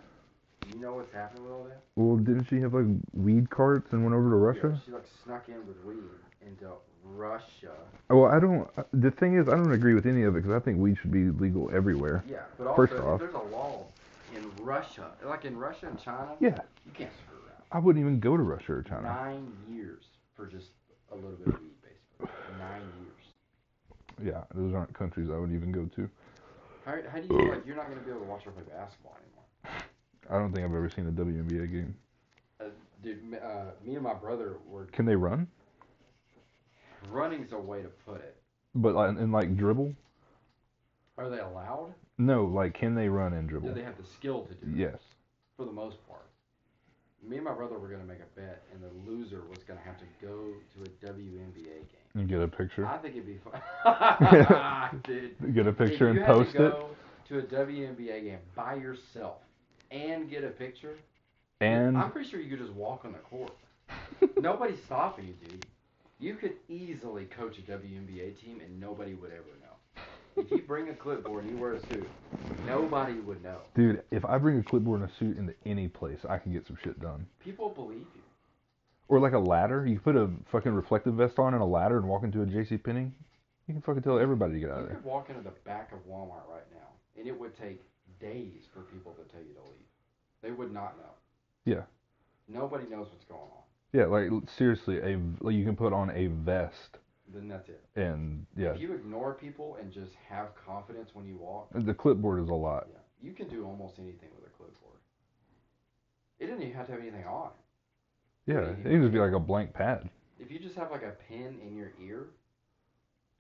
[SPEAKER 2] You know what's happening with all that?
[SPEAKER 1] Well, didn't she have like weed carts and went over to
[SPEAKER 2] Yeah,
[SPEAKER 1] Russia?
[SPEAKER 2] she like snuck in with weed into Russia.
[SPEAKER 1] Uh, Well, I don't. The thing is, I don't agree with any of it because I think weed should be legal everywhere.
[SPEAKER 2] Yeah, but also
[SPEAKER 1] First
[SPEAKER 2] if
[SPEAKER 1] off-
[SPEAKER 2] there's a law in Russia, like in Russia and China,
[SPEAKER 1] Yeah,
[SPEAKER 2] you can't screw around.
[SPEAKER 1] I wouldn't even go to Russia or China.
[SPEAKER 2] Nine years for just a little bit of weed, basically. Nine years.
[SPEAKER 1] Yeah, those aren't countries I would even go to.
[SPEAKER 2] How, how do you feel like you're not going to be able to watch her play basketball anymore?
[SPEAKER 1] I don't think I've ever seen a WNBA game.
[SPEAKER 2] Uh, dude, m- uh, me and my brother were
[SPEAKER 1] Can they run?
[SPEAKER 2] running's a way to put it.
[SPEAKER 1] But like, and like dribble?
[SPEAKER 2] Are they allowed?
[SPEAKER 1] No, like can they run and
[SPEAKER 2] Do
[SPEAKER 1] dribble?
[SPEAKER 2] they have the skill to do it?
[SPEAKER 1] Yes.
[SPEAKER 2] For the most part. Me and my brother were going to make a bet, and the loser was going to have to go to a WNBA game.
[SPEAKER 1] And get a picture.
[SPEAKER 2] I think it'd be fun. dude.
[SPEAKER 1] Get a picture
[SPEAKER 2] if
[SPEAKER 1] and
[SPEAKER 2] you had
[SPEAKER 1] post
[SPEAKER 2] to
[SPEAKER 1] it.
[SPEAKER 2] go To a WNBA game by yourself and get a picture.
[SPEAKER 1] And
[SPEAKER 2] I'm pretty sure you could just walk on the court. Nobody's stopping you, dude. You could easily coach a WNBA team and nobody would ever know. If you bring a clipboard and you wear a suit, nobody would know.
[SPEAKER 1] dude, if I bring a clipboard and a suit into any place, I can get some shit done.
[SPEAKER 2] People believe you.
[SPEAKER 1] Or like a ladder. You put a fucking reflective vest on and a ladder and walk into a J.C. Penney. You can fucking tell everybody to get out
[SPEAKER 2] You
[SPEAKER 1] of there.
[SPEAKER 2] could walk into the back of Walmart right now, and it would take days for people to tell you to leave. They would not know.
[SPEAKER 1] Yeah.
[SPEAKER 2] Nobody knows what's going on.
[SPEAKER 1] Yeah, like l- seriously, a v- like you can put on a vest
[SPEAKER 2] Then that's it.
[SPEAKER 1] and yeah,
[SPEAKER 2] If you ignore people and just have confidence when you walk,
[SPEAKER 1] the clipboard is a lot.
[SPEAKER 2] yeah, you can do almost anything with a clipboard. It doesn't even have to have anything on.
[SPEAKER 1] Yeah,
[SPEAKER 2] Yeah,
[SPEAKER 1] it
[SPEAKER 2] you
[SPEAKER 1] can just be like a blank pad.
[SPEAKER 2] If you just have like a pin in your ear,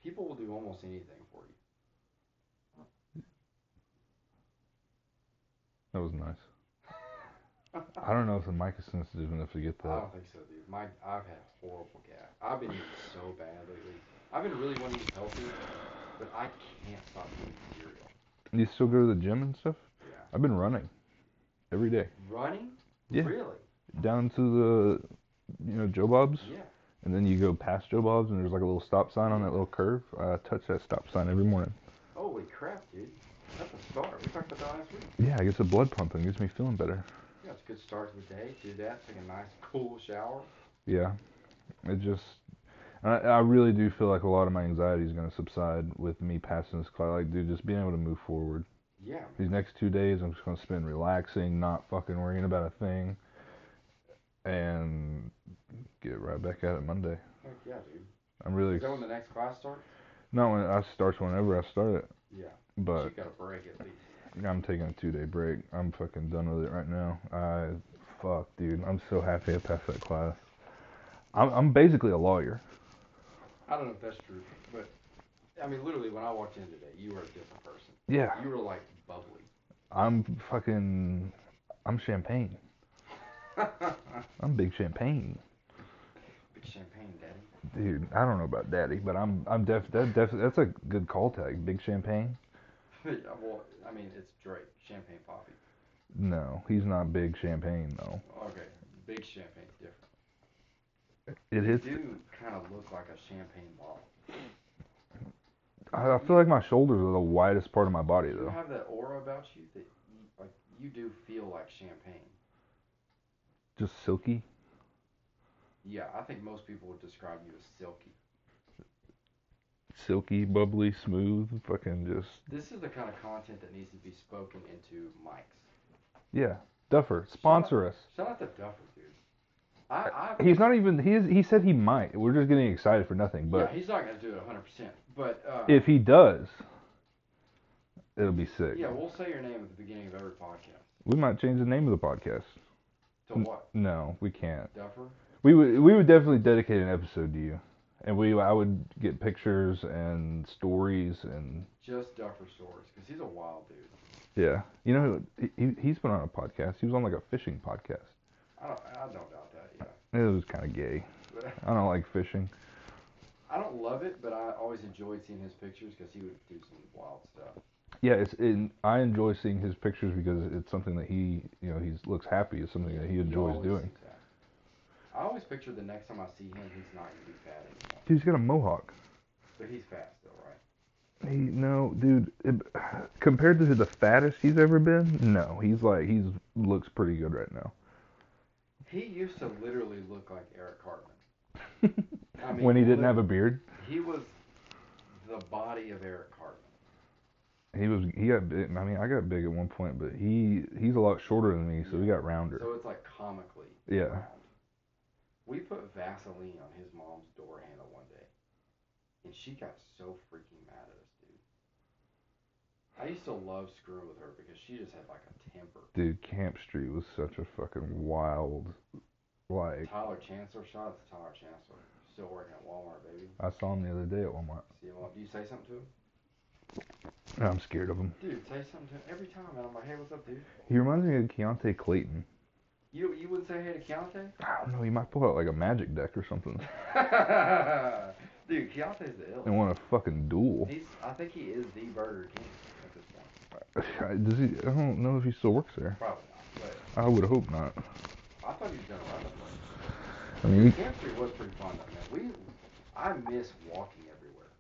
[SPEAKER 2] people will do almost anything for you.
[SPEAKER 1] That was nice. I don't know if the mic is sensitive enough to get
[SPEAKER 2] I
[SPEAKER 1] that.
[SPEAKER 2] don't think so, dude. My, I've had horrible gas. I've been eating so bad lately. I've been really wanting to eat healthy, but I can't stop eating cereal.
[SPEAKER 1] You still go to the gym and stuff?
[SPEAKER 2] Yeah.
[SPEAKER 1] I've been running every day
[SPEAKER 2] Running?
[SPEAKER 1] Yeah.
[SPEAKER 2] Really?
[SPEAKER 1] down to the you know Joe Bob's,
[SPEAKER 2] Yeah.
[SPEAKER 1] and then you go past Joe Bob's, and there's like a little stop sign on that little curve. I touch that stop sign every morning.
[SPEAKER 2] Holy crap, dude. That's a start. We talked about that last week.
[SPEAKER 1] Yeah, it gets the blood pumping, gets me feeling better.
[SPEAKER 2] Yeah, it's a good start to the day. Do that. Take a nice cool shower.
[SPEAKER 1] Yeah, it just. I, I really do feel like a lot of my anxiety is going to subside with me passing this class. Like, dude, just being able to move forward.
[SPEAKER 2] Yeah. man.
[SPEAKER 1] These next two days, I'm just going to spend relaxing, not fucking worrying about a thing, and get right back at it Monday.
[SPEAKER 2] Heck yeah, dude.
[SPEAKER 1] I'm really
[SPEAKER 2] Is that when
[SPEAKER 1] ex-
[SPEAKER 2] the next class starts?
[SPEAKER 1] not when I starts whenever I start it,
[SPEAKER 2] Yeah.
[SPEAKER 1] but
[SPEAKER 2] you got a break at least.
[SPEAKER 1] I'm taking a two day break. I'm fucking done with it right now. I fuck, dude. I'm so happy I passed that class. I'm, I'm basically a lawyer.
[SPEAKER 2] I don't know if that's true, but I mean, literally, when I walked in today, you were a different person.
[SPEAKER 1] Yeah.
[SPEAKER 2] You were like bubbly.
[SPEAKER 1] I'm fucking. I'm champagne. I'm big champagne,
[SPEAKER 2] Big champagne, daddy.
[SPEAKER 1] dude. I don't know about daddy, but I'm I'm def that def that's a good call tag. Big champagne.
[SPEAKER 2] yeah, well, I mean, it's Drake, Champagne Poppy.
[SPEAKER 1] No, he's not big champagne though.
[SPEAKER 2] Okay, big champagne, different.
[SPEAKER 1] It hits.
[SPEAKER 2] Do kind of look like a champagne bottle.
[SPEAKER 1] I I feel like my shoulders are the widest part of my body
[SPEAKER 2] You
[SPEAKER 1] though.
[SPEAKER 2] have that aura about you that, you, like, you do feel like champagne.
[SPEAKER 1] Just silky.
[SPEAKER 2] Yeah, I think most people would describe you as silky.
[SPEAKER 1] silky, bubbly, smooth, fucking just
[SPEAKER 2] This is the kind of content that needs to be spoken into mics.
[SPEAKER 1] yeah. Duffer, sponsor us.
[SPEAKER 2] Shout out to Duffer, dude. I, I,
[SPEAKER 1] He's not even he is, he said he might. We're just getting excited for nothing,
[SPEAKER 2] yeah,
[SPEAKER 1] but
[SPEAKER 2] he's not gonna do it 100, percent but uh,
[SPEAKER 1] if he does, it'll be sick.
[SPEAKER 2] yeah, we'll say your name at the beginning of every podcast.
[SPEAKER 1] We might change the name of the podcast.
[SPEAKER 2] To
[SPEAKER 1] Hmm.
[SPEAKER 2] what,
[SPEAKER 1] No, we can't.
[SPEAKER 2] Duffer?
[SPEAKER 1] We would we would definitely dedicate an episode to you. And we I would get pictures and stories and
[SPEAKER 2] Just Duffer stories, cause he's a wild dude.
[SPEAKER 1] yeah. You know he- he he's been on a podcast. He was on like a fishing podcast.
[SPEAKER 2] I don't, I don't doubt that. Yeah,
[SPEAKER 1] It was kind of gay.
[SPEAKER 2] but
[SPEAKER 1] I don't like fishing.
[SPEAKER 2] I don't love it, but I always enjoyed seeing his pictures because he would do some wild stuff.
[SPEAKER 1] Yeah, it's it, I enjoy seeing his pictures because it's something that he, you know, he looks happy. It's something that he enjoys
[SPEAKER 2] always
[SPEAKER 1] doing.
[SPEAKER 2] seems happy. I always picture the next time I see him, he's not gonna be fat anymore,
[SPEAKER 1] Dude, he's got a mohawk.
[SPEAKER 2] but he's fat still, right?
[SPEAKER 1] He, no, dude, it, compared to the fattest he's ever been, no, he's like he's looks pretty good right now.
[SPEAKER 2] He used to literally look like Eric Cartman. I
[SPEAKER 1] when he didn't
[SPEAKER 2] lit-
[SPEAKER 1] have a beard,
[SPEAKER 2] He was the body of Eric Cartman.
[SPEAKER 1] he was he got big. I mean, I got big at one point, but he he's a lot shorter than me, so he got rounder.
[SPEAKER 2] So it's like comically.
[SPEAKER 1] Yeah.
[SPEAKER 2] round. We put Vaseline on his mom's door handle one day, and she got so freaking mad at us, dude. I used to love screwing with her because she just had like a temper.
[SPEAKER 1] Dude, Camp Street was such a fucking wild. Like
[SPEAKER 2] Tyler Chancellor, shout out to Tyler Chancellor. Still working at Walmart, baby.
[SPEAKER 1] I saw him the other day at Walmart.
[SPEAKER 2] See him up. Do you say something to him?
[SPEAKER 1] And I'm scared of him.
[SPEAKER 2] Dude, say something to him every time, and I'm like, hey, what's up, dude?
[SPEAKER 1] He reminds me of Keontae Clayton.
[SPEAKER 2] You you wouldn't say hey to Keontae?
[SPEAKER 1] I don't know. He might pull out like a magic deck or something
[SPEAKER 2] Dude, Keontae's the ill.
[SPEAKER 1] and want a fucking duel.
[SPEAKER 2] He's, I think he is the Burger King at this point.
[SPEAKER 1] Does he? I don't know if he still works there.
[SPEAKER 2] Probably not.
[SPEAKER 1] I would hope not.
[SPEAKER 2] But I thought he was gonna run the place.
[SPEAKER 1] I mean,
[SPEAKER 2] Camp Street was pretty fun though, man. We, I miss walking everywhere.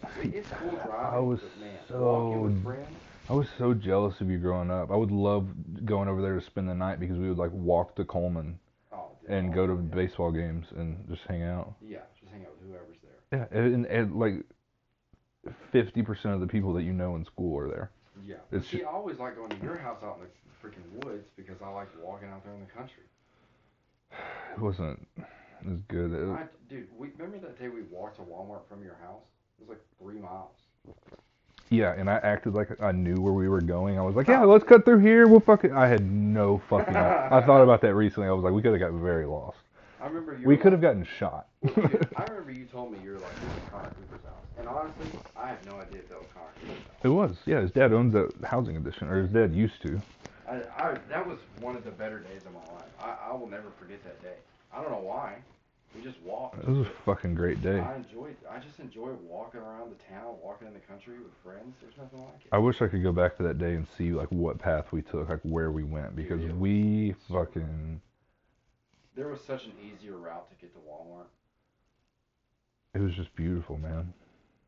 [SPEAKER 2] Like,
[SPEAKER 1] Dude,
[SPEAKER 2] it's cool driving,
[SPEAKER 1] I was
[SPEAKER 2] but man,
[SPEAKER 1] so
[SPEAKER 2] walking with friends.
[SPEAKER 1] I was so jealous of you growing up. I would love going over there to spend the night because we would like walk to Coleman
[SPEAKER 2] Oh,
[SPEAKER 1] and go to baseball games and just hang out.
[SPEAKER 2] Yeah, just hang out with whoever's there.
[SPEAKER 1] Yeah, and, and, and like fifty percent of the people that you know in school are there.
[SPEAKER 2] Yeah.
[SPEAKER 1] It's
[SPEAKER 2] See, I always like going to your house out in the freaking woods because I like walking out there in the country.
[SPEAKER 1] It wasn't as good. It,
[SPEAKER 2] I, dude, we, remember that day we walked to Walmart from your house? It was like three miles.
[SPEAKER 1] yeah, and I acted like I knew where we were going. I was like,
[SPEAKER 2] Oh.
[SPEAKER 1] yeah, let's cut through here. We'll fucking. I had no fucking. I thought about that recently. I was like, we could have got very lost.
[SPEAKER 2] I remember you.
[SPEAKER 1] We
[SPEAKER 2] were
[SPEAKER 1] could have
[SPEAKER 2] like-
[SPEAKER 1] gotten shot.
[SPEAKER 2] Well, dude, I remember you told me you were like, this is Connor Cooper's house. And honestly, I have no idea if that was Connor Cooper's house.
[SPEAKER 1] It was. Yeah, his dad owns a housing addition, or his dad used to.
[SPEAKER 2] I, I, that was one of the better days of my life. I, I will never forget that day. I don't know why. We just walked.
[SPEAKER 1] It was a fucking great day.
[SPEAKER 2] I enjoyed. I just enjoy walking around the town, walking in the country with friends. There's nothing like it.
[SPEAKER 1] I wish I could go back to that day and see like what path we took, like where we went, because
[SPEAKER 2] Yeah.
[SPEAKER 1] we fucking.
[SPEAKER 2] There was such an easier route to get to Walmart.
[SPEAKER 1] It was just beautiful, man.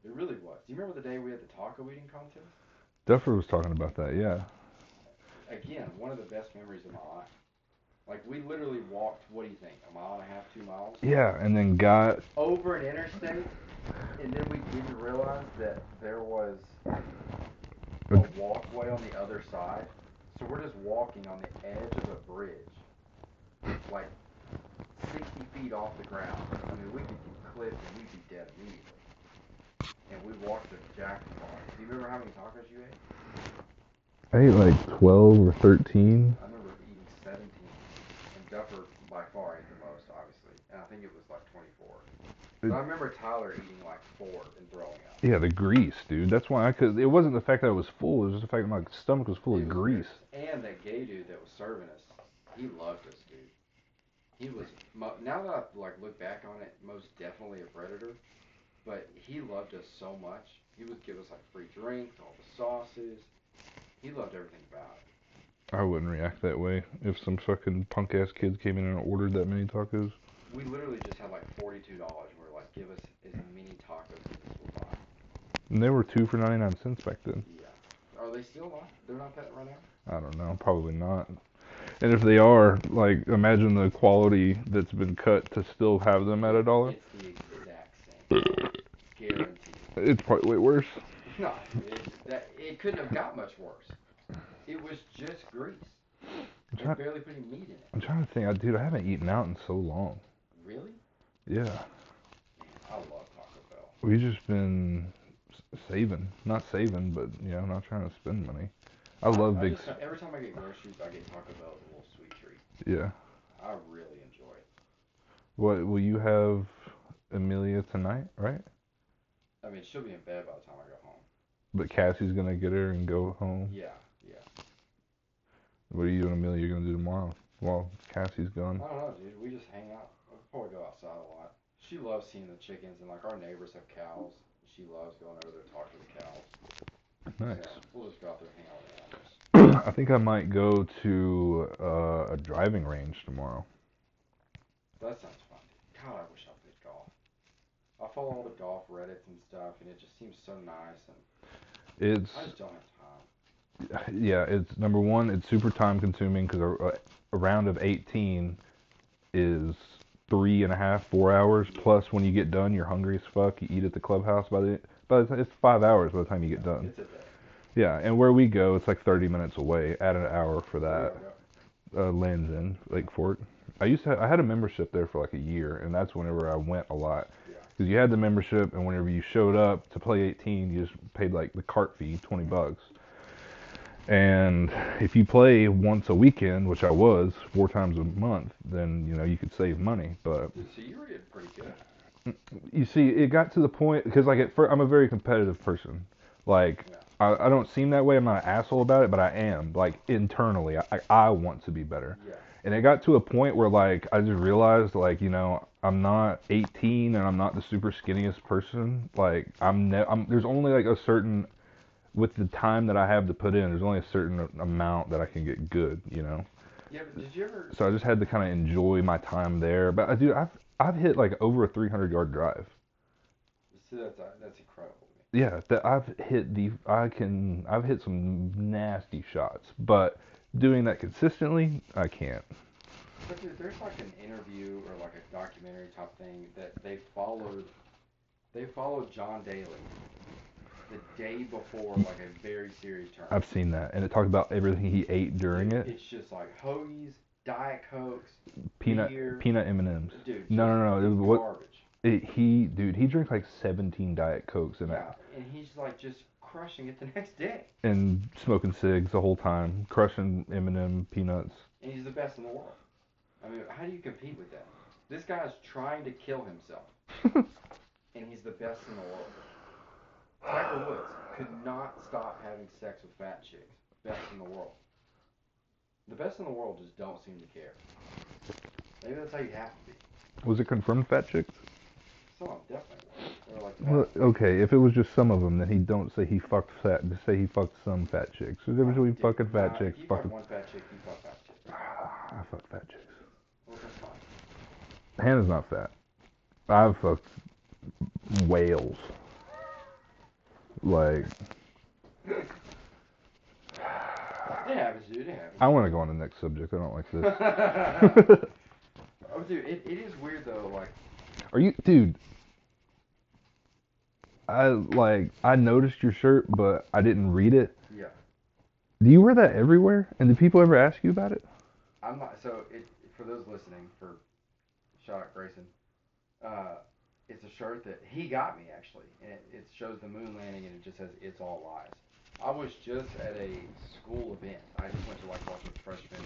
[SPEAKER 2] It really was. Do you remember the day we had the taco eating contest?
[SPEAKER 1] Duffer was talking about that. Yeah,
[SPEAKER 2] Again, one of the best memories of my life. Like we literally walked. What do you think? A mile and a half, two miles
[SPEAKER 1] yeah, and then got
[SPEAKER 2] over an interstate, and then we didn't realize that there was a walkway on the other side. So we're just walking on the edge of a bridge, like 60 feet off the ground. I mean, we could get clipped and we'd be dead immediately. And we walked to Jack in the Box. Do you remember how many tacos you ate?
[SPEAKER 1] I ate like twelve or thirteen.
[SPEAKER 2] I remember eating 17. And Duffer by far ate the most, obviously. And I think it was like 24. But I remember Tyler eating like four and throwing up.
[SPEAKER 1] Yeah, the grease, dude. That's why I could. It wasn't the fact that I was full. It was just the fact that my stomach was full
[SPEAKER 2] It
[SPEAKER 1] of
[SPEAKER 2] was
[SPEAKER 1] grease.
[SPEAKER 2] weird. And that gay dude that was serving us, he loved us, dude. He was mo- now that I like look back on it, most definitely a predator. But he loved us so much. He would give us like free drinks, all the sauces. He loved everything about it.
[SPEAKER 1] I wouldn't react that way if some fucking punk ass kids came in and ordered that many tacos.
[SPEAKER 2] We literally just had like forty two dollars. We were like, give us as many tacos as this will buy.
[SPEAKER 1] And they were two for ninety nine cents back then.
[SPEAKER 2] Yeah. Are they still not? They're not that right now.
[SPEAKER 1] I don't know, probably not. And if they are, like, imagine the quality that's been cut to still have them at a dollar.
[SPEAKER 2] It's the exact same. Guaranteed.
[SPEAKER 1] It's probably way worse.
[SPEAKER 2] No, it, that, it couldn't have got much worse. It was just grease.
[SPEAKER 1] I'm
[SPEAKER 2] They
[SPEAKER 1] trying,
[SPEAKER 2] barely put any meat in it.
[SPEAKER 1] I'm trying to think. I, dude, I haven't eaten out in so long.
[SPEAKER 2] Really?
[SPEAKER 1] Yeah,
[SPEAKER 2] Man, I love Taco Bell.
[SPEAKER 1] we've just been s- saving, not saving, but you know, not trying to spend money. I love big.
[SPEAKER 2] just-
[SPEAKER 1] S-
[SPEAKER 2] every time I get groceries, I get Taco Bell as a little sweet treat.
[SPEAKER 1] yeah.
[SPEAKER 2] I really enjoy it.
[SPEAKER 1] What will you have, Amelia tonight? Right?
[SPEAKER 2] I mean, she'll be in bed by the time I go home.
[SPEAKER 1] But Cassie's gonna get her and go home.
[SPEAKER 2] Yeah, yeah.
[SPEAKER 1] What are you and Amelia gonna do tomorrow? While Cassie's
[SPEAKER 2] I
[SPEAKER 1] gone.
[SPEAKER 2] don't know, dude. We just hang out. We'll probably go outside a lot. She loves seeing the chickens, and like our neighbors have cows. She loves going over there to talk to the cows.
[SPEAKER 1] Nice.
[SPEAKER 2] So we'll just go out there and hang out with the animals.
[SPEAKER 1] I think I might go to uh, a driving range tomorrow.
[SPEAKER 2] That sounds fun. dude. God, I wish I played golf. I follow all the golf reddits and stuff, and it just seems so nice. And
[SPEAKER 1] It's
[SPEAKER 2] I just don't have time.
[SPEAKER 1] yeah, it's number one. It's super time consuming because a, a- a round of 18 is three and a half, four hours. Plus, when you get done, you're hungry as fuck. You eat at the clubhouse by the by the time it's five hours by the time you get done.
[SPEAKER 2] It's a day.
[SPEAKER 1] Yeah, and where we go, it's like 30 minutes away. Add an hour for that.
[SPEAKER 2] Yeah, yeah.
[SPEAKER 1] uh, Land's End, Lake Fork. I used to I had a membership there for like a year, and that's whenever I went a lot.
[SPEAKER 2] Yeah.
[SPEAKER 1] Because you had the membership, and whenever you showed up to play 18, you just paid like the cart fee, 20 bucks. And if you play once a weekend, which I was four times a month, then you know you could save money. But
[SPEAKER 2] Dude, so you were getting pretty good.
[SPEAKER 1] you see, it got to the point because like at first, I'm a very competitive person. Like
[SPEAKER 2] Yeah.
[SPEAKER 1] I, I don't seem that way. I'm not an asshole about it, but I am. Like internally, I, I, I want to be better.
[SPEAKER 2] Yeah.
[SPEAKER 1] And it got to a point where like I just realized like you know I'm not 18 and I'm not the super skinniest person. Like I'm, ne- I'm there's only like a certain with the time that I have to put in. There's only a certain amount that I can get good. You know.
[SPEAKER 2] Yeah, but did you ever?
[SPEAKER 1] So I just had to kind of enjoy my time there. But I dude, I've I've hit like over a 300 yard drive.
[SPEAKER 2] See, that's uh, that's incredible. man.
[SPEAKER 1] Yeah, that I've hit the I can I've hit some nasty shots, but doing that consistently, I can't.
[SPEAKER 2] But there- there's like an interview or like a documentary type thing that they followed. They followed John Daly the day before like a very serious term.
[SPEAKER 1] I've seen that, and it talked about everything he ate during
[SPEAKER 2] Dude,
[SPEAKER 1] it.
[SPEAKER 2] It's just like hoagies, diet cokes,
[SPEAKER 1] Peanut
[SPEAKER 2] beer.
[SPEAKER 1] peanut M and M's.
[SPEAKER 2] dude.
[SPEAKER 1] No, no,
[SPEAKER 2] just
[SPEAKER 1] no. It was what
[SPEAKER 2] Garbage.
[SPEAKER 1] it, he dude he drank like 17 diet cokes and
[SPEAKER 2] Yeah, and he's like just crushing it the next day,
[SPEAKER 1] and smoking cigs the whole time, crushing M and M peanuts.
[SPEAKER 2] and he's the best in the world. I mean, how do you compete with that? This guy's trying to kill himself, and he's the best in the world. Tiger Woods could not stop having sex with fat chicks. Best in the world. The best in the world just don't seem to care. Maybe that's how you have to be.
[SPEAKER 1] was it confirmed fat chicks?
[SPEAKER 2] Some of them definitely. were. They're like,
[SPEAKER 1] Well,
[SPEAKER 2] fat.
[SPEAKER 1] okay, if it was just some of them, then he don't say he fucked fat. Just say he fucked some fat chicks. There's a difference between
[SPEAKER 2] Dude,
[SPEAKER 1] fucking fat
[SPEAKER 2] nah,
[SPEAKER 1] chicks.
[SPEAKER 2] You fuck
[SPEAKER 1] Fucking
[SPEAKER 2] one fat chick, you fuck fat chick.
[SPEAKER 1] I fuck fat chicks.
[SPEAKER 2] Well, that's fine.
[SPEAKER 1] Hannah's not fat. I've fucked whales. Like Ah.
[SPEAKER 2] It happens, dude. It happens.
[SPEAKER 1] I want to go on the next subject. I don't like this.
[SPEAKER 2] oh, dude, it, it is weird though. Like,
[SPEAKER 1] Are you, dude? I like I noticed your shirt, but I didn't read it.
[SPEAKER 2] yeah,
[SPEAKER 1] Do you wear that everywhere? And do people ever ask you about it?
[SPEAKER 2] I'm not. So, it for those listening, for shout out Grayson, uh, it's a shirt that he got me actually, and it, it shows the moon landing, and it just says "It's all lies." I was just at a school event. I just went to like watch a freshman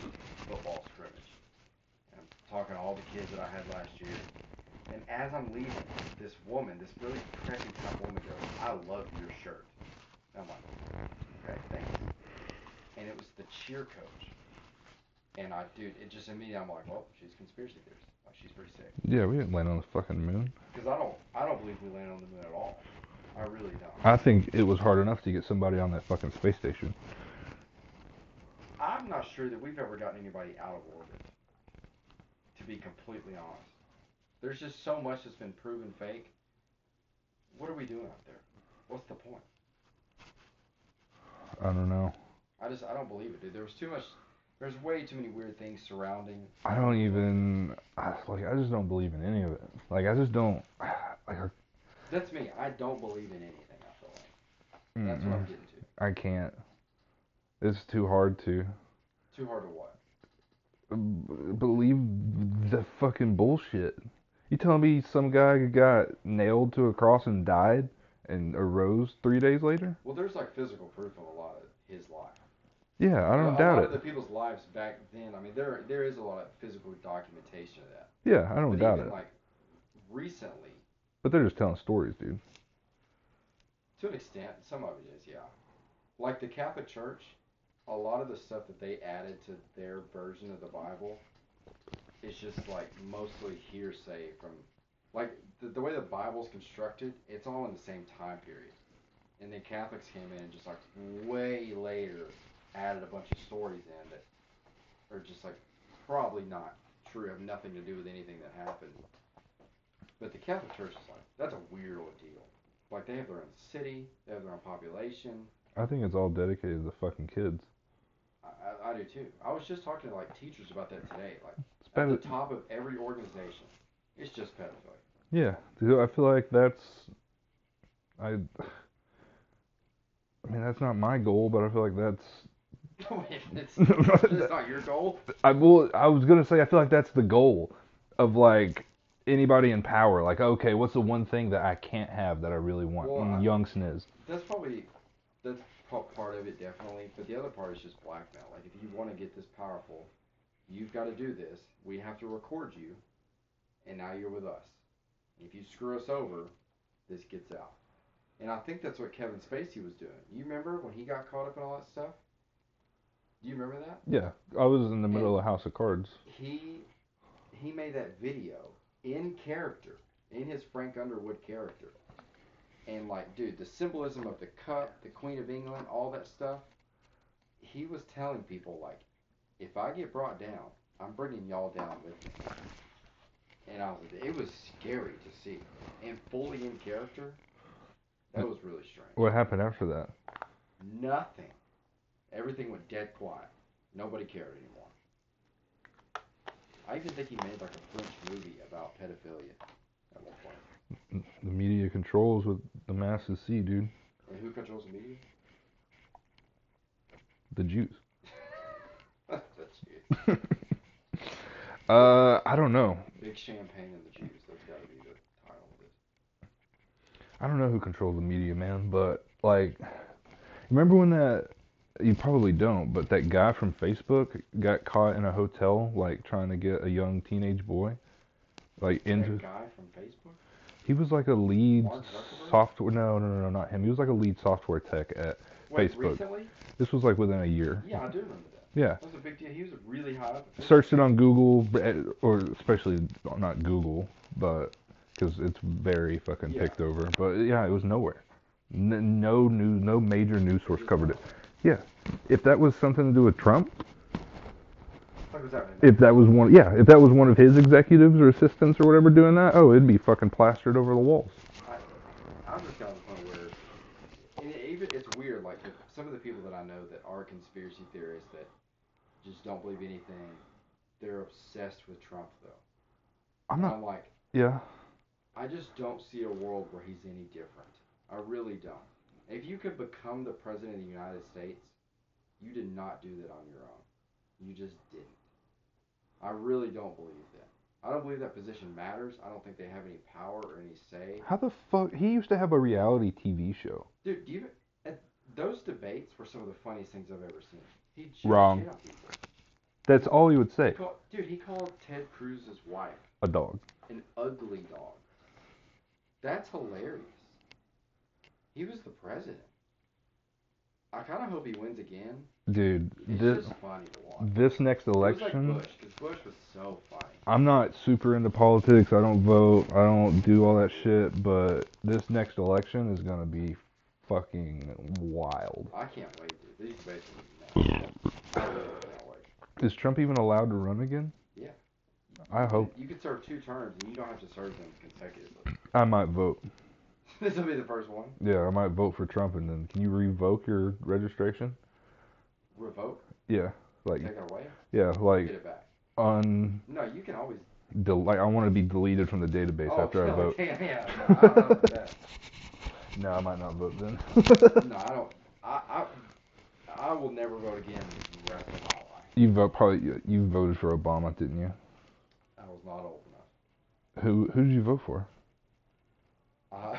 [SPEAKER 2] football scrimmage, and I'm talking to all the kids that I had last year. And as I'm leaving, this woman, this really preppy type woman goes, I love your shirt. And I'm like, okay, thanks. And it was the cheer coach. And I, dude, it just immediately, I'm like, well, she's a conspiracy theorist. Like, she's pretty sick.
[SPEAKER 1] Yeah, we didn't land on the fucking moon.
[SPEAKER 2] Because I don't, I don't believe we landed on the moon at all. I really don't.
[SPEAKER 1] I think it was hard enough to get somebody on that fucking space station.
[SPEAKER 2] I'm not sure that we've ever gotten anybody out of orbit. To be completely honest, there's just so much that's been proven fake. What are we doing out there? What's the point?
[SPEAKER 1] I don't know.
[SPEAKER 2] I just I don't believe it, dude. There was too much. There's way too many weird things surrounding.
[SPEAKER 1] I don't even I, like. I just don't believe in any of it. Like I just don't. Like I,
[SPEAKER 2] That's me. I don't believe in anything. I feel like that's what
[SPEAKER 1] Mm-hmm.
[SPEAKER 2] I'm getting to.
[SPEAKER 1] I can't. It's too hard to.
[SPEAKER 2] Too hard to what?
[SPEAKER 1] b- believe the fucking bullshit. You telling me some guy got nailed to a cross and died and arose three days later?
[SPEAKER 2] Well, there's like physical proof of a lot of his life.
[SPEAKER 1] Yeah, I don't
[SPEAKER 2] a
[SPEAKER 1] doubt
[SPEAKER 2] lot
[SPEAKER 1] it.
[SPEAKER 2] Of the people's lives back then. I mean, there there is a lot of physical documentation of that.
[SPEAKER 1] yeah, I don't
[SPEAKER 2] but
[SPEAKER 1] doubt
[SPEAKER 2] even
[SPEAKER 1] it.
[SPEAKER 2] like recently,
[SPEAKER 1] but they're just telling stories, dude.
[SPEAKER 2] to an extent, some of it is yeah. Like the Catholic Church, a lot of the stuff that they added to their version of the Bible is just like mostly hearsay from, like the, the way the Bible's constructed, it's all in the same time period. And then Catholics came in and just like way later added a bunch of stories in that are just like probably not true, have nothing to do with anything that happened. But the Catholic Church is like, that's a weird ordeal. Like they have their own city, they have their own population.
[SPEAKER 1] I think it's all dedicated to the fucking kids.
[SPEAKER 2] I, I, I do too. I was just talking to like teachers about that today. Like
[SPEAKER 1] It's
[SPEAKER 2] at
[SPEAKER 1] better.
[SPEAKER 2] the top of every organization, it's just pedophilia.
[SPEAKER 1] Yeah, dude, I feel like that's. I. I mean, that's not my goal, but I feel like that's
[SPEAKER 2] it's, it's not your goal.
[SPEAKER 1] I will. I was gonna say. I feel like that's the goal of like anybody in power. Like, okay, what's the one thing that I can't have that I really want?
[SPEAKER 2] Well,
[SPEAKER 1] Mm,
[SPEAKER 2] I-
[SPEAKER 1] young sniz.
[SPEAKER 2] That's probably that's pro- part of it definitely, but the other part is just blackmail. Like if you want to get this powerful, you've got to do this. We have to record you, and now you're with us. If you screw us over, this gets out. And I think that's what Kevin Spacey was doing. You remember when he got caught up in all that stuff? Do you remember that?
[SPEAKER 1] Yeah, I was in the middle of House of Cards.
[SPEAKER 2] he he made that video in character, in his Frank Underwood character. And like, dude, the symbolism of the cup, the Queen of England, all that stuff. He was telling people like, if I get brought down, I'm bringing y'all down with me. And I was, it was scary to see, and fully in character. That was really strange.
[SPEAKER 1] What happened after that?
[SPEAKER 2] Nothing. Everything went dead quiet. Nobody cared anymore. I even think he made like a French movie about pedophilia at one point.
[SPEAKER 1] The media controls what the masses see, dude.
[SPEAKER 2] And who controls the media?
[SPEAKER 1] The Jews.
[SPEAKER 2] That's Jews.
[SPEAKER 1] uh, I don't know.
[SPEAKER 2] Big champagne and the Jews. That's got to be the title of this.
[SPEAKER 1] I don't know who controls the media, man, but like, remember when that? You probably don't, but that guy from Facebook got caught in a hotel, like trying to get a young teenage boy, like into.
[SPEAKER 2] That guy from Facebook.
[SPEAKER 1] He was like a lead
[SPEAKER 2] Mark Zuckerberg?
[SPEAKER 1] software. No, no, no, no, not him. He was like a lead software tech at.
[SPEAKER 2] Wait,
[SPEAKER 1] Facebook.
[SPEAKER 2] recently?
[SPEAKER 1] This was like within a year.
[SPEAKER 2] Yeah, I do remember that.
[SPEAKER 1] Yeah.
[SPEAKER 2] That was a big deal. He was really high up. at
[SPEAKER 1] Searched it on Google, but- or especially not Google, but because it's very fucking
[SPEAKER 2] Yeah.
[SPEAKER 1] picked over. But yeah, it was nowhere. N- no new, no major news source covered it. Yeah. If that was something to do with Trump,
[SPEAKER 2] Facebook. What was that?
[SPEAKER 1] if that was one, yeah, if that was one of his executives or assistants or whatever doing that, oh, it'd be fucking plastered over the walls.
[SPEAKER 2] I've just gotten to the point where, and it even it's weird. Like if some of the people that I know that are conspiracy theorists that just don't believe anything, they're obsessed with Trump though.
[SPEAKER 1] I'm
[SPEAKER 2] And
[SPEAKER 1] not.
[SPEAKER 2] I'm like,
[SPEAKER 1] Yeah.
[SPEAKER 2] I just don't see a world where he's any different. I really don't. If you could become the president of the United States, you did not do that on your own. You just didn't. I really don't believe that. I don't believe that position matters. I don't think they have any power or any say.
[SPEAKER 1] How the fuck? He used to have a reality TV show.
[SPEAKER 2] Dude, do you at, those debates were some of the funniest things I've ever seen. He joked
[SPEAKER 1] Wrong.
[SPEAKER 2] shit on people.
[SPEAKER 1] That's all he would
[SPEAKER 2] He
[SPEAKER 1] say.
[SPEAKER 2] called, dude, he called Ted Cruz's wife
[SPEAKER 1] A dog.
[SPEAKER 2] an ugly dog. That's hilarious. He was the president. I kind of hope he wins again.
[SPEAKER 1] Dude,
[SPEAKER 2] It's
[SPEAKER 1] this
[SPEAKER 2] just funny to watch.
[SPEAKER 1] this next
[SPEAKER 2] It
[SPEAKER 1] election.
[SPEAKER 2] was like Bush, because Bush was so funny.
[SPEAKER 1] I'm not super into politics. I don't vote. I don't do all that shit. But this next election is gonna be fucking wild.
[SPEAKER 2] I can't wait, dude. These debates are nuts. I really can't wait.
[SPEAKER 1] Is Trump even allowed to run again?
[SPEAKER 2] Yeah.
[SPEAKER 1] I hope.
[SPEAKER 2] You could serve two terms, and you don't have to serve them consecutively.
[SPEAKER 1] I might vote.
[SPEAKER 2] this will be the first one.
[SPEAKER 1] Yeah, I might vote for Trump, and then can you revoke your registration?
[SPEAKER 2] Revoke,
[SPEAKER 1] Yeah, like
[SPEAKER 2] take it away,
[SPEAKER 1] yeah,
[SPEAKER 2] get
[SPEAKER 1] like
[SPEAKER 2] it back.
[SPEAKER 1] un
[SPEAKER 2] No, you can always.
[SPEAKER 1] del- like I want to be deleted from the database
[SPEAKER 2] oh,
[SPEAKER 1] after I vote.
[SPEAKER 2] Yeah, yeah. No, I don't know about that.
[SPEAKER 1] No, I might not vote then.
[SPEAKER 2] No, I don't. I, I, I will never vote again the rest of my life.
[SPEAKER 1] you vote probably you, you voted for Obama, didn't you?
[SPEAKER 2] I was not old enough.
[SPEAKER 1] Who who did you vote for?
[SPEAKER 2] Uh,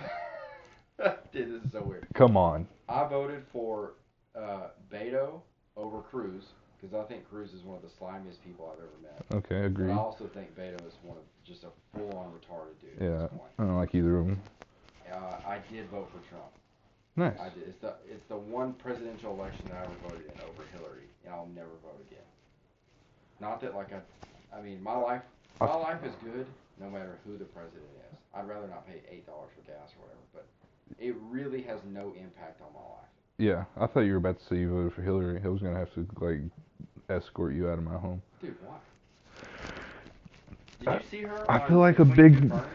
[SPEAKER 2] dude, this is so weird.
[SPEAKER 1] Come on.
[SPEAKER 2] I voted for uh, Beto over Cruz because I think Cruz is one of the slimiest people I've ever met.
[SPEAKER 1] Okay,
[SPEAKER 2] But
[SPEAKER 1] agreed.
[SPEAKER 2] I also think Beto is one of just a full-on retarded dude
[SPEAKER 1] Yeah.
[SPEAKER 2] at this point.
[SPEAKER 1] I don't like either of them.
[SPEAKER 2] Uh, I did vote for Trump.
[SPEAKER 1] Nice.
[SPEAKER 2] I did. It's the it's the one presidential election that I ever voted in over Hillary, and I'll never vote again. Not that like I, I mean my life my
[SPEAKER 1] I-
[SPEAKER 2] life is good no matter who the president is. I'd rather not pay eight dollars for gas or whatever, but it really has no impact on my life.
[SPEAKER 1] Yeah, I thought you were about to say you voted for Hillary. I was gonna have to like escort you out of my home.
[SPEAKER 2] Dude, why? Did you see her?
[SPEAKER 1] I
[SPEAKER 2] on
[SPEAKER 1] feel like a
[SPEAKER 2] Clinton
[SPEAKER 1] big-
[SPEAKER 2] Confirmed?